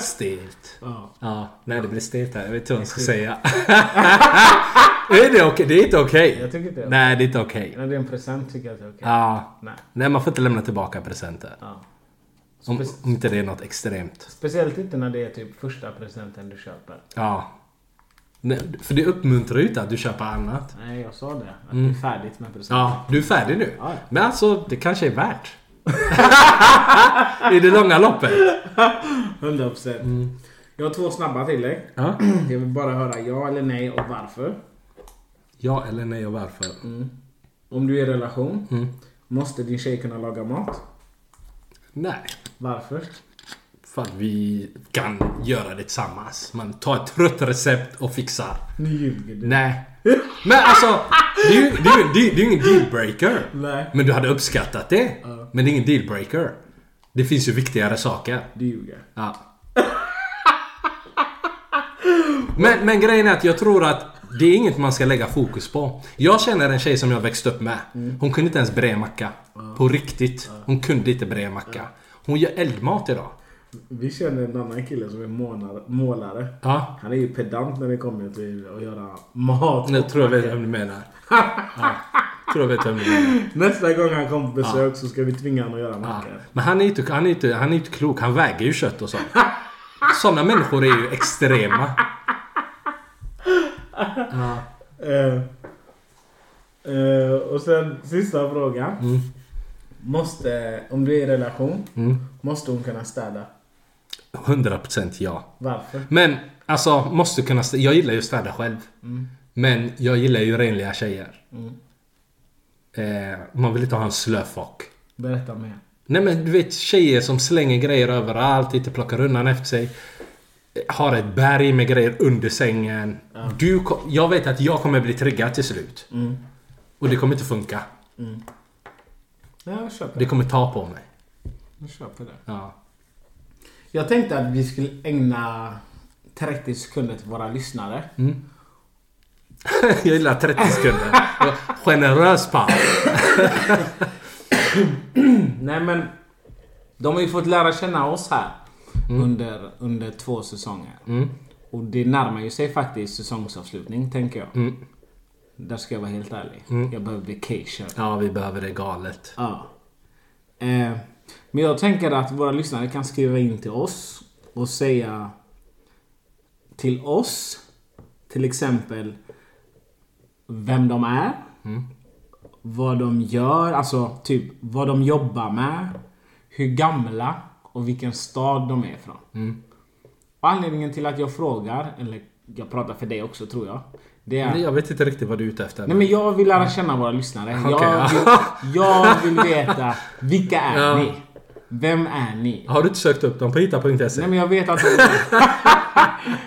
Stelt. Ja. Ja, nej det blir stelt här. Jag vet inte vad jag ska säga. är det okej? Det är inte okej. Jag tycker inte det. Nej, det är inte okej. När det är en present tycker jag att det är okej. Ja. Nej. Nej, man får inte lämna tillbaka presenter. Ja. Om, Spec- om inte det är något extremt. Speciellt inte när det är typ första presenten du köper. Ja. Nej, för det uppmuntrar ju inte att du köper annat. Nej, jag sa det. Att det är färdigt med present. Mm. Ja, du är färdig nu. Ja. Men alltså, det kanske är värt. I det långa loppet. 100%. Jag har två snabba till dig. Mm. Ja. Jag vill bara höra ja eller nej och varför. ja eller nej och varför? Om du är i relation, Mm. måste din tjej kunna laga mat? Nej. Varför? För att vi kan göra det tillsammans. Man tar ett trött recept och fixar. Nu ljuger du. Nej. Men alltså, det är ju det är, ju- det är, det är ingen dealbreaker. Nej. Men du hade uppskattat det. Men det är ingen dealbreaker. Det finns ju viktigare saker. Du ljuger. Ja. Men, men grejen är att jag tror att det är inget man ska lägga fokus på. Jag känner en tjej som jag växte upp med. Hon kunde inte ens brädmacka. På riktigt. Hon kunde inte brädmacka. Hon gör eldmat idag. Vi känner en annan kille som är månare, målare. Ja. Han är ju pedant när det kommer till att göra mat. Nu tror jag vet vem du menar. Ja. Tror jag vet vem du menar. Nästa gång han kommer på besök så ska vi tvinga honom att göra Ja. mackor. Men han är ju inte, han är inte, han är inte klok. Han väger ju kött och sånt. Sådana människor är ju extrema. Eh, eh, och sen sista frågan. Måste, om du är i relation, måste hon kunna städa? 100% ja. Varför? Men alltså, måste kunna... stä- Jag gillar ju att städa själv. Men jag gillar ju renliga tjejer. Eh, man vill inte ha en slöfock. Berätta mer. Nej men du vet tjejer som slänger grejer överallt, inte plockar undan efter sig. eh, Har ett berg med grejer under sängen. Du, ko- jag vet att jag kommer bli triggad till slut. Och det kommer inte funka. Nej, jag köper Det det. kommer ta på mig. Jag, köper det. Ja. jag tänkte att vi skulle ägna 30 sekunder till våra lyssnare. jag gillar 30 sekunder. Generös paus. Nej men, de har ju fått lära känna oss här under, under två säsonger. Och det närmar ju sig faktiskt säsongsavslutning, tänker jag. Där ska jag vara helt ärlig. Jag behöver vacation. Ja, vi behöver det galet. Ja. Eh, men jag tänker att våra lyssnare kan skriva in till oss och säga till oss till exempel vem de är. Vad de gör, alltså typ vad de jobbar med. Hur gamla och vilken stad de är ifrån. Och anledningen till att jag frågar, eller jag pratar för dig också tror jag. Det är Men Jag vet inte riktigt vad du är ute efter. Nej men jag vill lära känna våra lyssnare. Okej, jag, ja. vill, jag vill veta, vilka är Ja. ni? Vem är ni? Har du inte sökt upp dem på hitta.se? Nej men jag vet att de,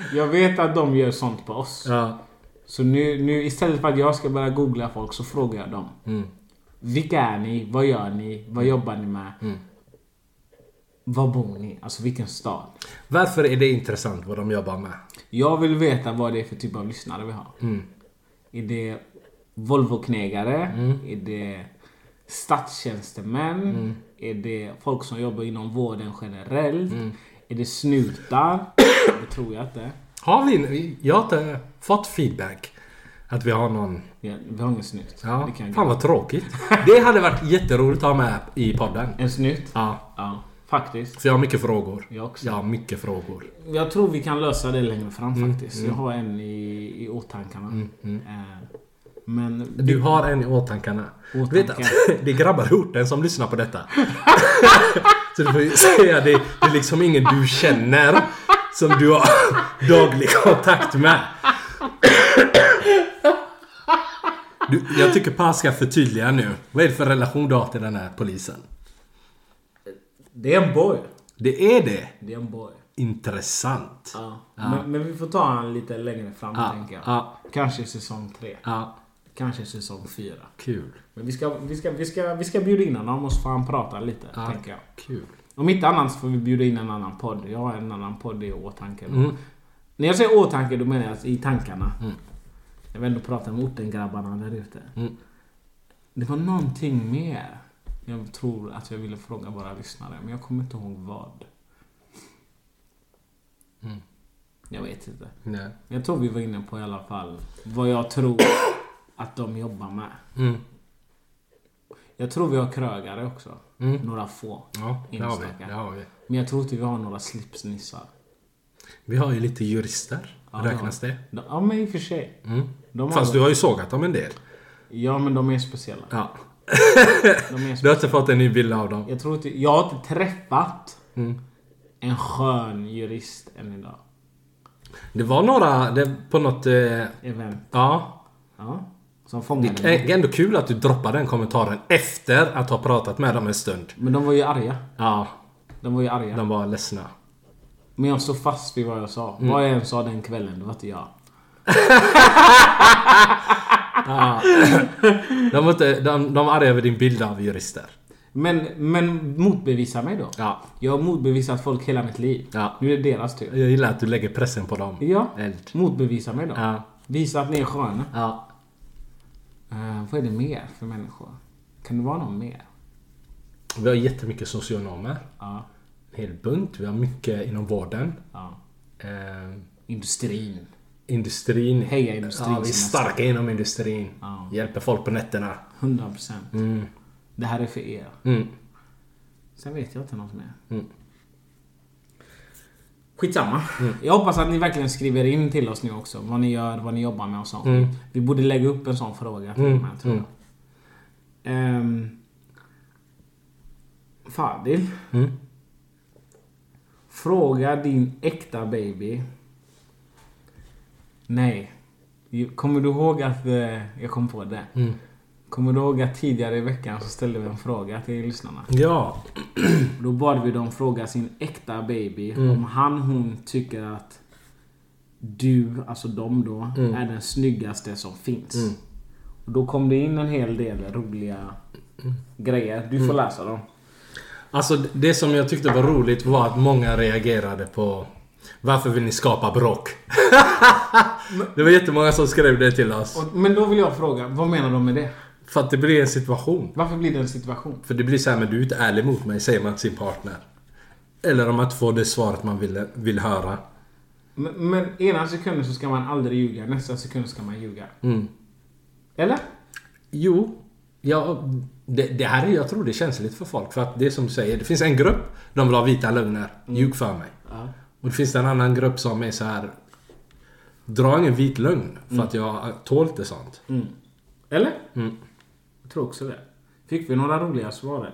jag vet att de gör sånt på oss. Ja. Så nu, nu istället för att jag ska börja googla folk så frågar jag dem. Mm. Vilka är ni? Vad gör ni? Vad jobbar ni med? Mm. Var bor ni? Alltså vilken stad? Varför är det intressant vad de jobbar med? Jag vill veta vad det är för typ av lyssnare vi har. Mm. Är det Volvo-knegare? Mm. Är det statstjänstemän? Är det folk som jobbar inom vården generellt? Mm. Är det snutar? det tror jag inte. Har vi... Jag har inte fått feedback. Att vi har någon... Vi har, vi har ingen snut. Ja. Det kan jag Fan vad tråkigt. Det hade varit jätteroligt att ha med i podden. En snut? Ja. Ja, faktiskt. För jag har mycket frågor. Jag också. har mycket frågor. Jag tror vi kan lösa det längre fram Mm. faktiskt. Jag har en i, i åtankarna. Eh, Men Du har en i åtankarna. Åtanke. Vet att det är grabbar i orten som lyssnar på detta. Så du får ju säga det. Det är liksom ingen du känner. Som du har daglig kontakt med. Du, jag tycker Pa ska förtydliga nu. Vad är det för relation du har till den här polisen? det är en boy. Det är det. Det är en boy. Intressant. Ja. Men, men vi får ta han lite längre fram Ja, tänker jag. ja. Kanske säsong tre. Ja, Kanske säsong fyra. kul. Men vi ska, vi ska, vi ska, vi ska bjuda in honom och så får han prata lite. Tänker jag. Kul. Om inte annat så får vi bjuda in en annan podd. Jag har en annan podd i åtanke. då. Mm. När jag säger åtanke då menar jag alltså i tankarna. Jag vill ändå prata med ortengrabbarna där ute. Mm. Det var någonting mer. Jag tror att jag ville fråga våra lyssnare men jag kommer inte ihåg vad. Mm. Jag vet inte. Nej. Jag tror vi var inne på i alla fall vad jag tror att de jobbar med. Mm. Jag tror vi har krögare också. Några få. Mm. Ja, det har vi. Enstaka. Det har vi. Men jag tror inte vi har några slipsnissar. vi har ju lite jurister. Räknas det? De, ja, men i och för sig. Mm. De har, Fast du har ju sågat dem en del. Ja, men de är speciella. Ja. De är Du har speciella. inte fått en ny bild av dem. Jag tror inte... Jag har inte träffat Mm. en skön jurist än idag. Det var några det, på något... Eh, Event. ja. Ja. Som Det fångade mig. är ändå kul att du droppar den kommentaren efter att ha pratat med dem en stund. Men de var ju arga. Ja, De var ju arga. de var ledsna. Men jag stod fast vid vad jag sa. Mm. Vad jag än sa den kvällen, det var inte jag. De var, inte, de, de var arga över din bild av jurister. Men, men motbevisa mig då. Ja. Jag har motbevisat folk hela mitt liv. Ja. Nu är det deras tur. Jag gillar att du lägger pressen på dem. Ja. Eld. Motbevisa mig då. Ja. Visa att ni är sköna. Ja. Eh, vad är det mer för människor? Kan det vara någon mer? Vi har jättemycket socionomer. Ja. En hel bunt. Vi har mycket inom vården. ja. Eh, Industrin. industrin. Heja industrin Ja, vi är som jag starka inom industrin. Ja. Hjälper folk på nätterna. 100%. procent. Det här är för er. Mm. Sen vet jag inte något mer. Skitsamma. Jag hoppas att ni verkligen skriver in till oss nu också. Vad ni gör, vad ni jobbar med och sånt. Vi borde lägga upp en sån fråga till mm. tror jag. Ehm, Fadil. Fråga din äkta baby. Nej. Kommer du ihåg att... eh, Jag kom på det. Kommer du ihåg att tidigare i veckan så ställde vi en fråga till lyssnarna? Ja. Då bad vi dem fråga sin äkta baby om han hon tycker att du, alltså de då, är den snyggaste som finns. Och då kom det in en hel del roliga grejer. Du får läsa dem. Alltså det som jag tyckte var roligt var att många reagerade på Varför vill ni skapa bråk? det var jättemånga som skrev det till oss. Och, men då vill jag fråga, vad menar de med det? För att det blir en situation. Varför blir det en situation? För det blir så här, men du är inte ärlig mot mig, säger man till sin partner. Eller om man inte får det svaret man vill, vill höra. Men, men ena sekunden så ska man aldrig ljuga, nästa sekund ska man ljuga. Eller? Jo, ja, det, det här är, jag tror det är känsligt för folk. För att det är som du säger, det finns en grupp, de vill ha vita lögner. Ljug för mig. Och det finns en annan grupp som är så här. Dra ingen vit lögn, för att jag tål inte sånt. Eller? Jag tror också det. Fick vi några roliga svar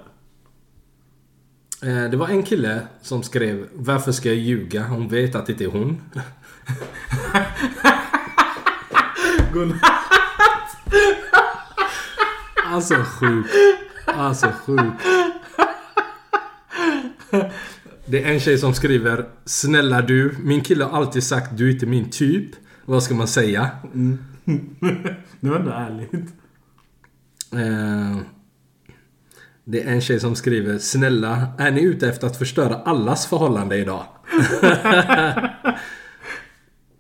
eller? Eh, Det var en kille som skrev Varför ska jag ljuga? Hon vet att det inte är hon. alltså sjuk. Alltså sjuk. Det är en tjej som skriver Snälla du, min kille har alltid sagt du är inte min typ. Vad ska man säga? Det var ändå ärligt. Eh, Det är en tjej som skriver Snälla, är ni ute efter att förstöra allas förhållande idag?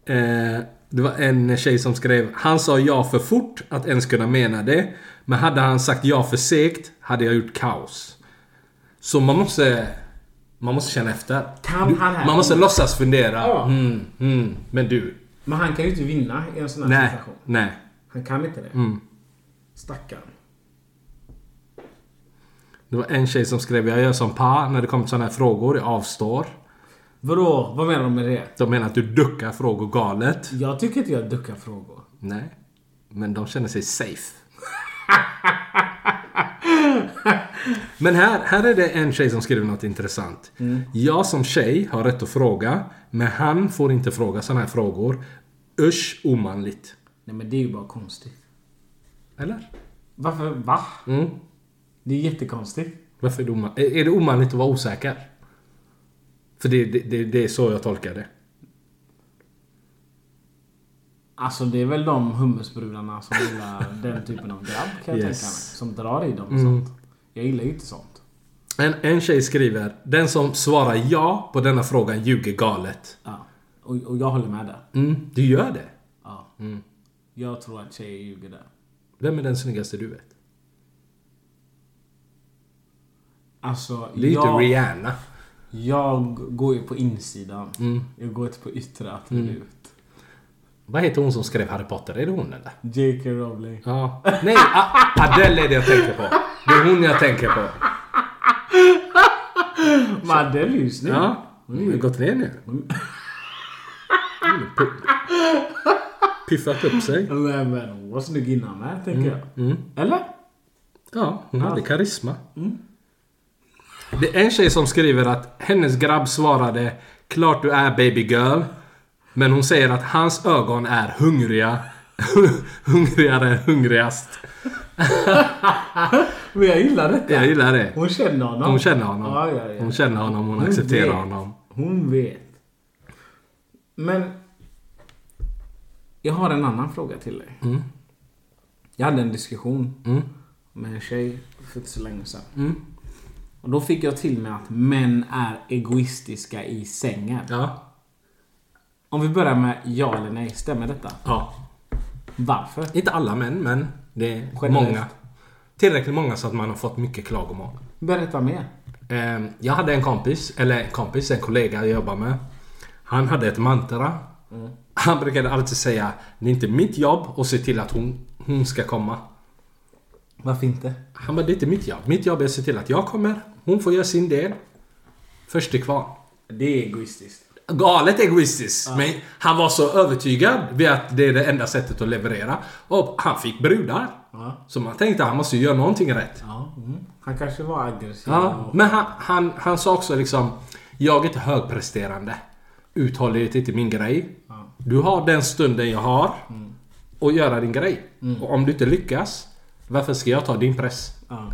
Eh, Det var en tjej som skrev Han sa ja för fort att ens kunna mena det. Men hade han sagt ja för segt hade jag gjort kaos. Så man måste... Man måste känna efter. Kan Du- han här? Man måste låtsas fundera. Ja. Mm, mm, men du. Men han kan ju inte vinna i en sån här Nej, situation. nej. Han kan inte det. Stackarn. Det var en tjej som skrev Jag gör som Pa när det kommer till sådana här frågor. Jag avstår. Vadå? Vad menar de med det? De menar att du duckar frågor galet. Jag tycker inte jag duckar frågor. Nej. Men de känner sig safe. Men här, här är det en tjej som skriver något intressant. Jag som tjej har rätt att fråga, men han får inte fråga sådana här frågor. Usch, omanligt. Nej men det är ju bara konstigt. Eller? Varför? Va? Mm. Det är jättekonstigt. Varför är det, oman- är är det omanligt att vara osäker? För det, det, det, det är så jag tolkar det. Alltså det är väl de hummusbrudarna som gillar den typen av grabb kan jag tänka mig. Yes. Som drar i dem och sånt. Jag gillar ju inte sånt. En, en tjej skriver Den som svarar ja på denna frågan ljuger galet. Ja. Och, och jag håller med där. Mm, du gör det. Ja. Jag tror att tjejer ljuger där. Vem är den snyggaste du vet? Alltså, Det är ju jag, inte Rihanna. jag går ju på insidan. Mm. Jag går inte på yttre attribut. Vad heter hon som skrev Harry Potter? Är det hon eller? J.K. Rowling. Ja. Nej, A- Adele är det jag tänker på. Det är hon jag tänker på. Men Adele är ju snygg. Ja. Hon har gått ner nu. P- Piffat upp sig. Nej men hon var snygg innan med, tänker Mm. jag. Eller? Ja, hon hade karisma. Det är en tjej som skriver att hennes grabb svarade Klart du är baby girl. Men hon säger att hans ögon är hungriga. Hungrigare än hungrigast. Men jag gillar detta. Jag gillar det. Hon känner honom. Hon känner honom. Ja, ja, ja. Hon känner honom. Hon, Hon accepterar vet. honom. Hon vet. Men... Jag har en annan fråga till dig. Mm. Jag hade en diskussion med en tjej för inte så länge sedan. Mm. Och då fick jag till mig att män är egoistiska i sängen. Ja. Om vi börjar med ja eller nej. Stämmer detta? Ja. Varför? Inte alla män, men det är Generellt. många. Tillräckligt många så att man har fått mycket klagomål. Berätta mer. Ehm, Jag hade en kompis, eller en kompis, en kollega jag jobbar med. Han hade ett mantra. Han brukade alltid säga Det är inte mitt jobb att se till att hon, hon ska komma. Varför inte? Han bara, det är inte mitt jobb. Mitt jobb är att se till att jag kommer. Hon får göra sin del. Först till kvarn. Det är egoistiskt. Galet egoistisk. Men han var så övertygad vid att det är det enda sättet att leverera. Och han fick brudar. Så man tänkte han måste ju göra någonting rätt. Ja. Mm. Han kanske var aggressiv. Ja, och- men han, han, han sa också liksom Jag är inte högpresterande. Uthållighet är inte min grej. Du har den stunden jag har Mm. och göra din grej. Och om du inte lyckas, varför ska jag ta din press? Ja.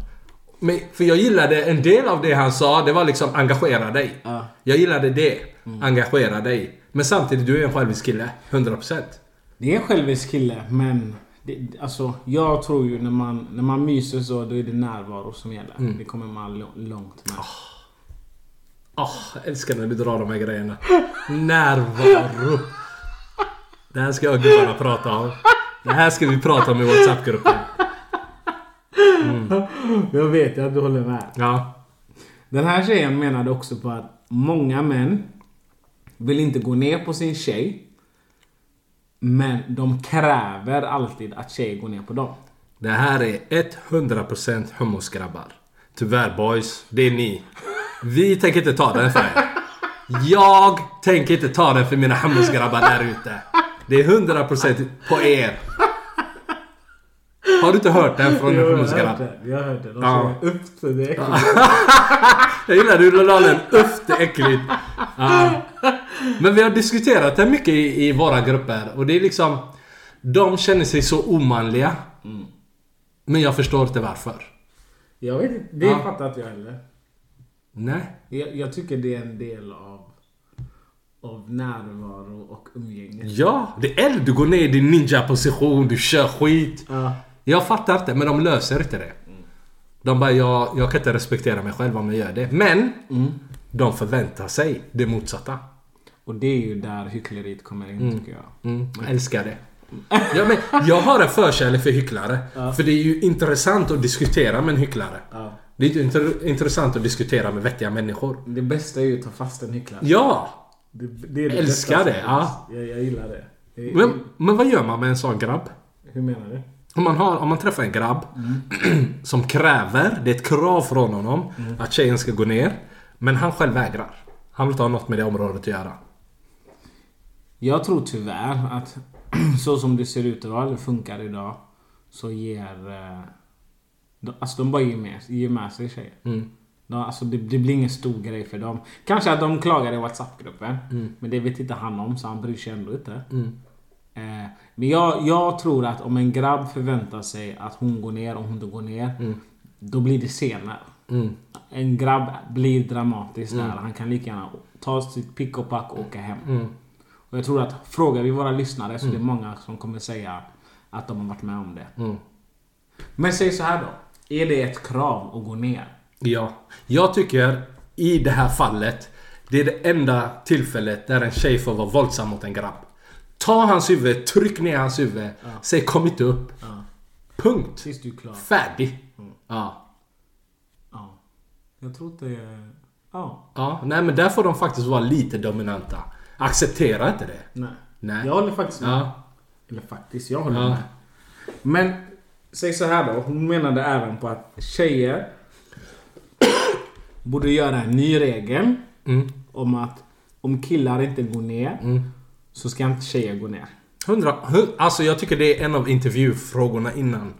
Men, för jag gillade en del av det han sa, det var liksom engagera dig. Ja. Mm. Jag gillade det. Engagera dig. Men samtidigt, du är en självisk kille. 100%. Det är en självisk kille, men... Det, alltså, jag tror ju när man, när man myser så, då är det närvaro som gäller. Det kommer man lo- långt med. Åh, jag älskar när du drar de här grejerna. Närvaro. Det här ska jag och gubbarna prata om. Det här ska vi prata om i WhatsApp-gruppen. Jag vet att du håller med. Ja. Den här tjejen menade också på att många män vill inte gå ner på sin tjej. Men de kräver alltid att tjejer går ner på dem. Det här är 100% homosgrabbar. Tyvärr boys, det är ni. Vi tänker inte ta den för er. Jag tänker inte ta den för mina homosgrabbar där ute. Det är 100% på er. Har du inte hört den från en homosgrabb? Jag har hört det. De Ja. säger upp till dig. Jag gillar hur du la den uff, det är äckligt. Ja. Men vi har diskuterat det mycket i, i våra grupper och det är liksom... De känner sig så omanliga. Men jag förstår inte varför. Jag vet inte. Det Ja. fattar inte jag heller. Nej. Jag, jag tycker det är en del av, av närvaro och Mm. umgänge. Ja, det är eld. Du går ner i din ninja-position, du kör skit. Ja. Jag fattar inte, men de löser inte det. De bara, jag, jag kan inte respektera mig själv om jag gör det. Men! De förväntar sig det motsatta. Och det är ju där hyckleriet kommer in tycker jag. Mm, jag älskar det. Ja, men jag har en förkärlek för hycklare. För det är ju intressant att diskutera med en hycklare. Det är ju inte inter- intressant att diskutera med vettiga människor. Det bästa är ju att ta fast en hycklare. Ja! Det, det är det bästa Älskar som det, finns. ja. Jag, jag gillar det. Jag- Men, men vad gör man med en sån grabb? Hur menar du? Om man, har, om man träffar en grabb som kräver, det är ett krav från honom att tjejen ska gå ner. Men han själv vägrar. Han vill inte ha något med det området att göra. Jag tror tyvärr att så som det ser ut idag, eller funkar idag, så ger... eh, de- Alltså de bara ger med, ger med sig tjejer. De, alltså det, det blir ingen stor grej för dem. Kanske att de klagar i WhatsApp-gruppen. Men det vet inte han om, så han bryr sig ändå inte. Eh, men jag, jag tror att om en grabb förväntar sig att hon går ner och hon inte går ner. Då blir det senare. En grabb blir dramatisk där. Han kan lika gärna ta sitt pick och pack och åka hem. Och jag tror att frågar vi våra lyssnare så är Mm. det många som kommer säga att de har varit med om det. Men säg så här då. Är det ett krav att gå ner? Ja. Jag tycker i det här fallet, det är det enda tillfället där en tjej får vara våldsam mot en grabb. Ta hans huvud, tryck ner hans huvud. Säg kom inte upp. Punkt. Tills du är klar. Mm. Färdig. Ja. Ja. Jag tror inte... Ja. ja. Nej men där får de faktiskt vara lite dominanta. Acceptera inte det. Nej. Nej. Jag håller faktiskt med. Ja. Eller faktiskt, jag håller Ja. med. Men säg så här då. Hon menade även på att tjejer Mm. borde göra en ny regel om att om killar inte går ner så ska inte tjejer gå ner. 100, hu- alltså jag tycker det är en av intervjufrågorna innan.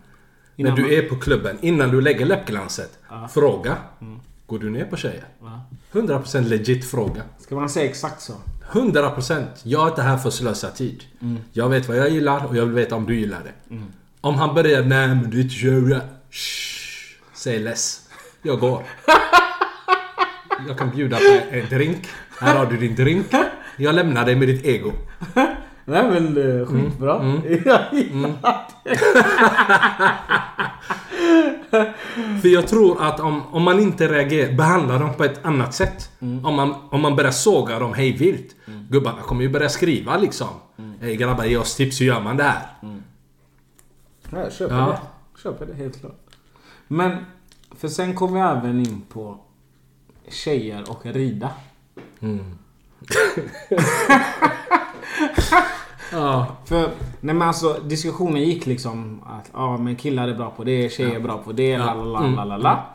Innan när du man- är på klubben, innan du lägger läppglanset. Fråga. Mm. Går du ner på tjejer? 100% legit fråga. Ska man säga exakt så? 100% Jag är inte här för att slösa tid. Mm. Jag vet vad jag gillar och jag vill veta om du gillar det. Om han börjar nej men du är inte tjurig. Shh, Säg less. Jag går. jag kan bjuda på en drink. Här har du din drink. Jag lämnar dig med ditt ego. Nej men eh, skitbra. Jag gillar det. För jag tror att om, om man inte reagerar, behandlar dem på ett annat sätt. Mm. Om, man, om man börjar såga dem hej vilt. Gubbarna kommer ju börja skriva liksom. Mm. Hey, grabbar ge oss tips, hur gör man det här? Ja, jag köper Ja. det. Jag Köper det helt klart. Men, för sen kom vi även in på tjejer och rida. Mm. Ja. För, nej men alltså diskussionen gick liksom att ja men killar är bra på det, tjejer är bra på det, la la Mm. la la la la.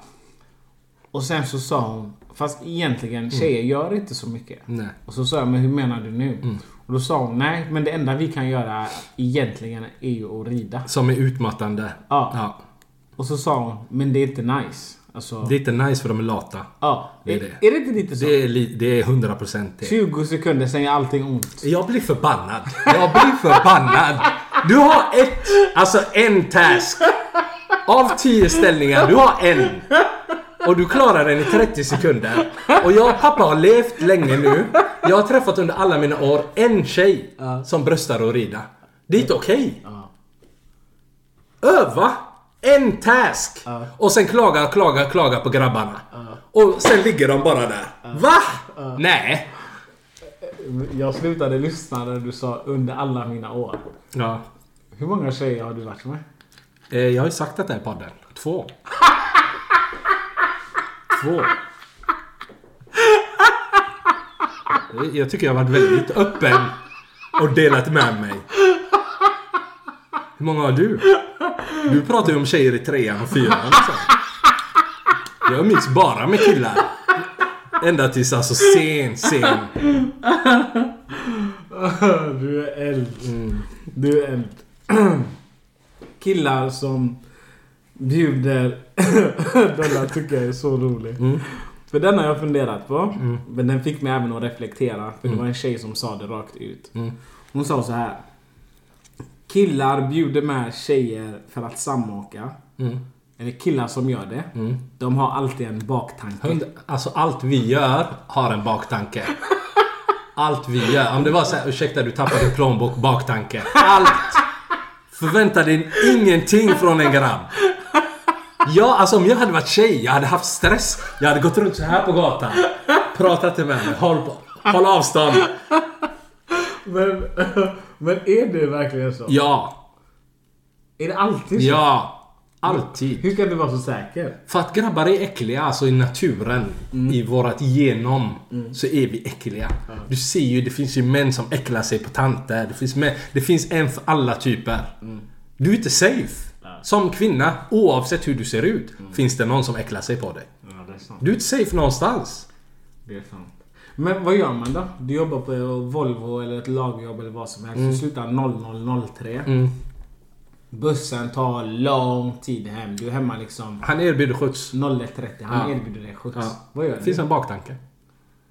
Och sen så sa hon, fast egentligen tjejer gör inte så mycket. Mm. Nej. Mm. Och så sa jag, men hur menar du nu? Och då sa hon, nej men det enda vi kan göra egentligen är ju att rida. Som är utmattande. Ja. ja. Och så sa hon, men det är inte nice. Alltså, Det är inte nice för de är lata. ja. det är är, det. är det inte lite så? Det är, li- det är 100% det. 20 sekunder sen gör allting ont. Jag blir förbannad. Jag blir förbannad. Du har ett, alltså en task. Av 10 ställningar, du har en. Och du klarar den i 30 sekunder. Och jag och pappa har levt länge nu. Jag har träffat under alla mina år en tjej som bröstar och rida. Det är inte okej. Öva! En task! Och sen klaga, klaga, klaga på grabbarna. Och sen ligger de bara där. Va? Nej! Jag slutade lyssna när du sa under alla mina år. Ja. Hur många tjejer har du varit med? Eh, Jag har ju sagt detta i podden. Två. Två. Eh, Jag tycker jag har varit väldigt öppen och delat med mig. Hur många har du? Du pratar ju om tjejer i trean och fyran. Liksom. Jag umgicks bara med killar. Ända tills alltså sen, sen. Du är eld. Mm. Du är eld. Killar som bjuder Denna tycker jag är så rolig. Mm. För den har jag funderat på. Men den fick mig även att reflektera. För Mm. det var en tjej som sa det rakt ut. Hon sa så här. Killar bjuder med tjejer för att samåka. Mm. Eller killar som gör det. De har alltid en baktanke. Hund, alltså allt vi gör har en baktanke. Allt vi gör. Om det var så här, ursäkta du tappade din plånbok, baktanke. Allt! Förvänta dig ingenting från en grabb. Ja, alltså om jag hade varit tjej, jag hade haft stress. Jag hade gått runt så här på gatan. Pratat till mig, håll, på, håll avstånd. Men, men är det verkligen så? Ja, Är det alltid så? ja. Alltid. Hur kan du vara så säker? För att grabbar är äckliga, alltså i naturen, i vårat genom, så är vi äckliga. Du ser ju, det finns ju män som äcklar sig på tanter. Det finns, män, det finns en för alla typer. Du är inte safe. Som kvinna, oavsett hur du ser ut, finns det någon som äcklar sig på dig. Ja, det är sant. Du är inte safe någonstans. Det är sant. Men vad gör man då? Du jobbar på Volvo eller ett lagjobb eller vad som helst. Mm. Du slutar 00.03. Bussen tar lång tid hem. Du är hemma liksom Han erbjuder skjuts. 01.30. Han Ja. erbjuder dig skjuts. Ja. Vad gör Det finns du? en baktanke.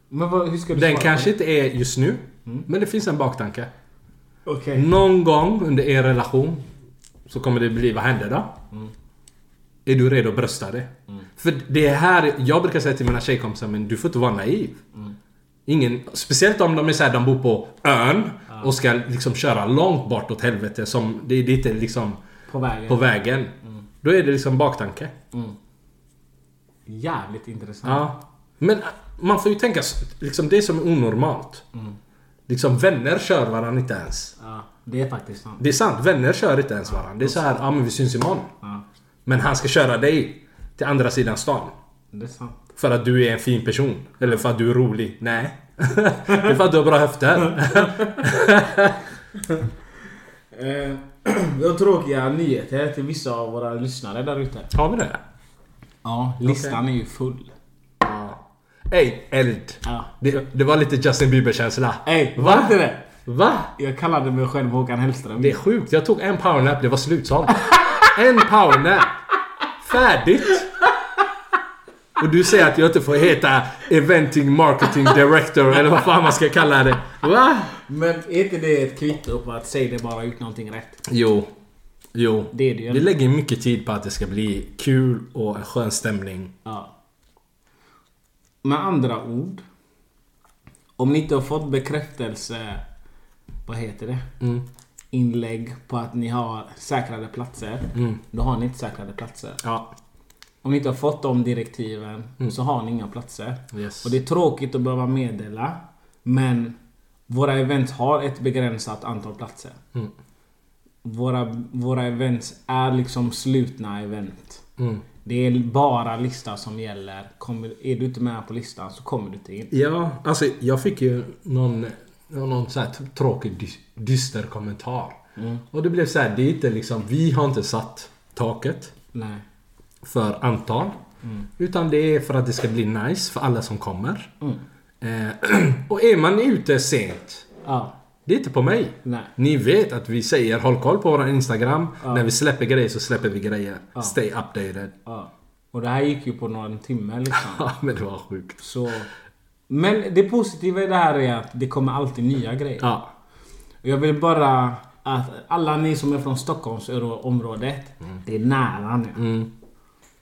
Men vad, hur ska du Den svara kanske på inte är just nu, men det finns en baktanke. det? Okej. Någon gång under er relation så kommer det bli, vad händer då? Mm. Är du redo att brösta det? För det här, jag brukar säga till mina tjejkompisar, men du får inte vara naiv. Mm. Ingen, speciellt om de är så här, de bor på ön och ska liksom köra långt bort åt helvete. Som, det, det är inte liksom På vägen. Mm. på vägen. Då är det liksom baktanke. Jävligt intressant. Ja. Men man får ju tänka, liksom det som är onormalt. Mm. Liksom vänner kör varandra inte ens. Ja, det är faktiskt sant. Det är sant, vänner kör inte ens varandra. Det är så här, ja men vi syns imorgon. Ja, Men han ska köra dig till andra sidan stan. det är sant. För att du är en fin person. Eller för att du är rolig. Nej. det är för att du har bra höfter. Eh, vi har tråkiga nyheter till vissa av våra lyssnare där ute. Har vi det? Ja, listan är ju full. Ey, eld. Ja. Det, det var lite Justin Bieber-känsla. Ey, Va? var det inte det? Va? Jag kallade mig själv Håkan Hellström. Det är sjukt. Jag tog en powernap, det var slutsåld. En powernap. Färdigt. Och du säger att jag inte får heta Eventing Marketing Director eller vad fan man ska kalla det. Va? Men är inte det ett kvitto på att säg det bara ut någonting rätt? Jo. Jo. Det är det ju. Vi lägger mycket tid på att det ska bli kul och en skön stämning. Ja. Med andra ord. Om ni inte har fått bekräftelse... Vad heter det? Inlägg på att ni har säkrade platser. Då har ni inte säkrade platser. Ja. Om ni inte har fått de direktiven så har ni inga platser. Yes. Och det är tråkigt att behöva meddela. Men våra event har ett begränsat antal platser. Våra, våra events är liksom slutna event. Mm. Det är bara listan som gäller. Kommer, är du inte med på listan så kommer du inte in. Ja, alltså jag fick ju någon, någon så här tr- tråkig dy- dyster kommentar. Mm. Och det blev så här, det är inte liksom, vi har inte satt taket Nej. för antal. Mm. Utan det är för att det ska bli nice för alla som kommer. Mm. Eh, och är man ute sent, Ja. det är inte på mig. Nej. Ni vet att vi säger håll koll på våran Instagram. När vi släpper grejer så släpper vi grejer. Stay updated. ja. Och det här gick ju på någon timme liksom. Ja, men det var sjukt. Så... Men det positiva i det här är att det kommer alltid nya grejer. Ja. Jag vill bara att alla ni som är från Stockholmsområdet, det är nära nu.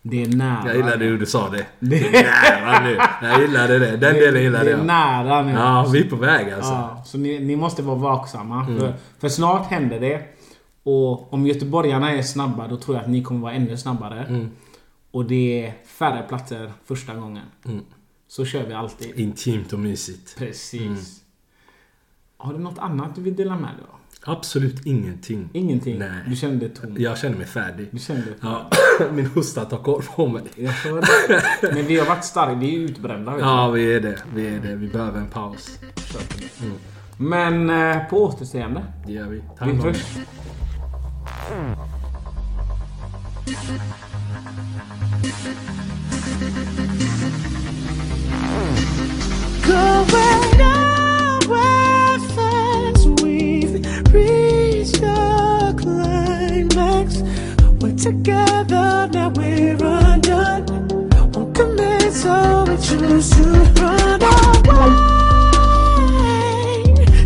Det är nära. Mm. Jag gillade hur du sa det. Det är nära nu. Jag gillade det. Den det, delen gillade Det är jag. nära nu. Ja, Mm. vi är på väg alltså. Ja, så ni, ni måste vara vaksamma. För, för snart händer det. Och om göteborgarna är snabba, då tror jag att ni kommer vara ännu snabbare. Mm. Och det är färre platser första gången. Mm. Så kör vi alltid. Intimt och mysigt. Precis. Mm. Har du något annat du vill dela med dig av? Absolut ingenting. Ingenting? Nej. Du kände tom? Jag känner mig färdig. Du kände- Ja. Min hosta tar koll på mig. Jag hör det. Men vi har varit starka, vi är utbrända. vet du. Ja, vi är det. Vi är det. Vi behöver en paus. Men eh, på återseende. Det gör vi. Ta Vi hand om er. hörs. Together now we're undone. Won't commit, so we choose to run away.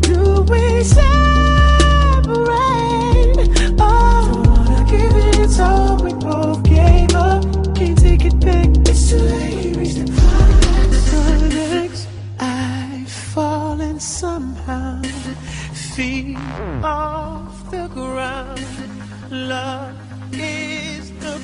Do we separate? Oh, give it so we both gave up. Can't take it back. It's too late. We reached the climax. I've fallen somehow. Feet off the ground. Love is the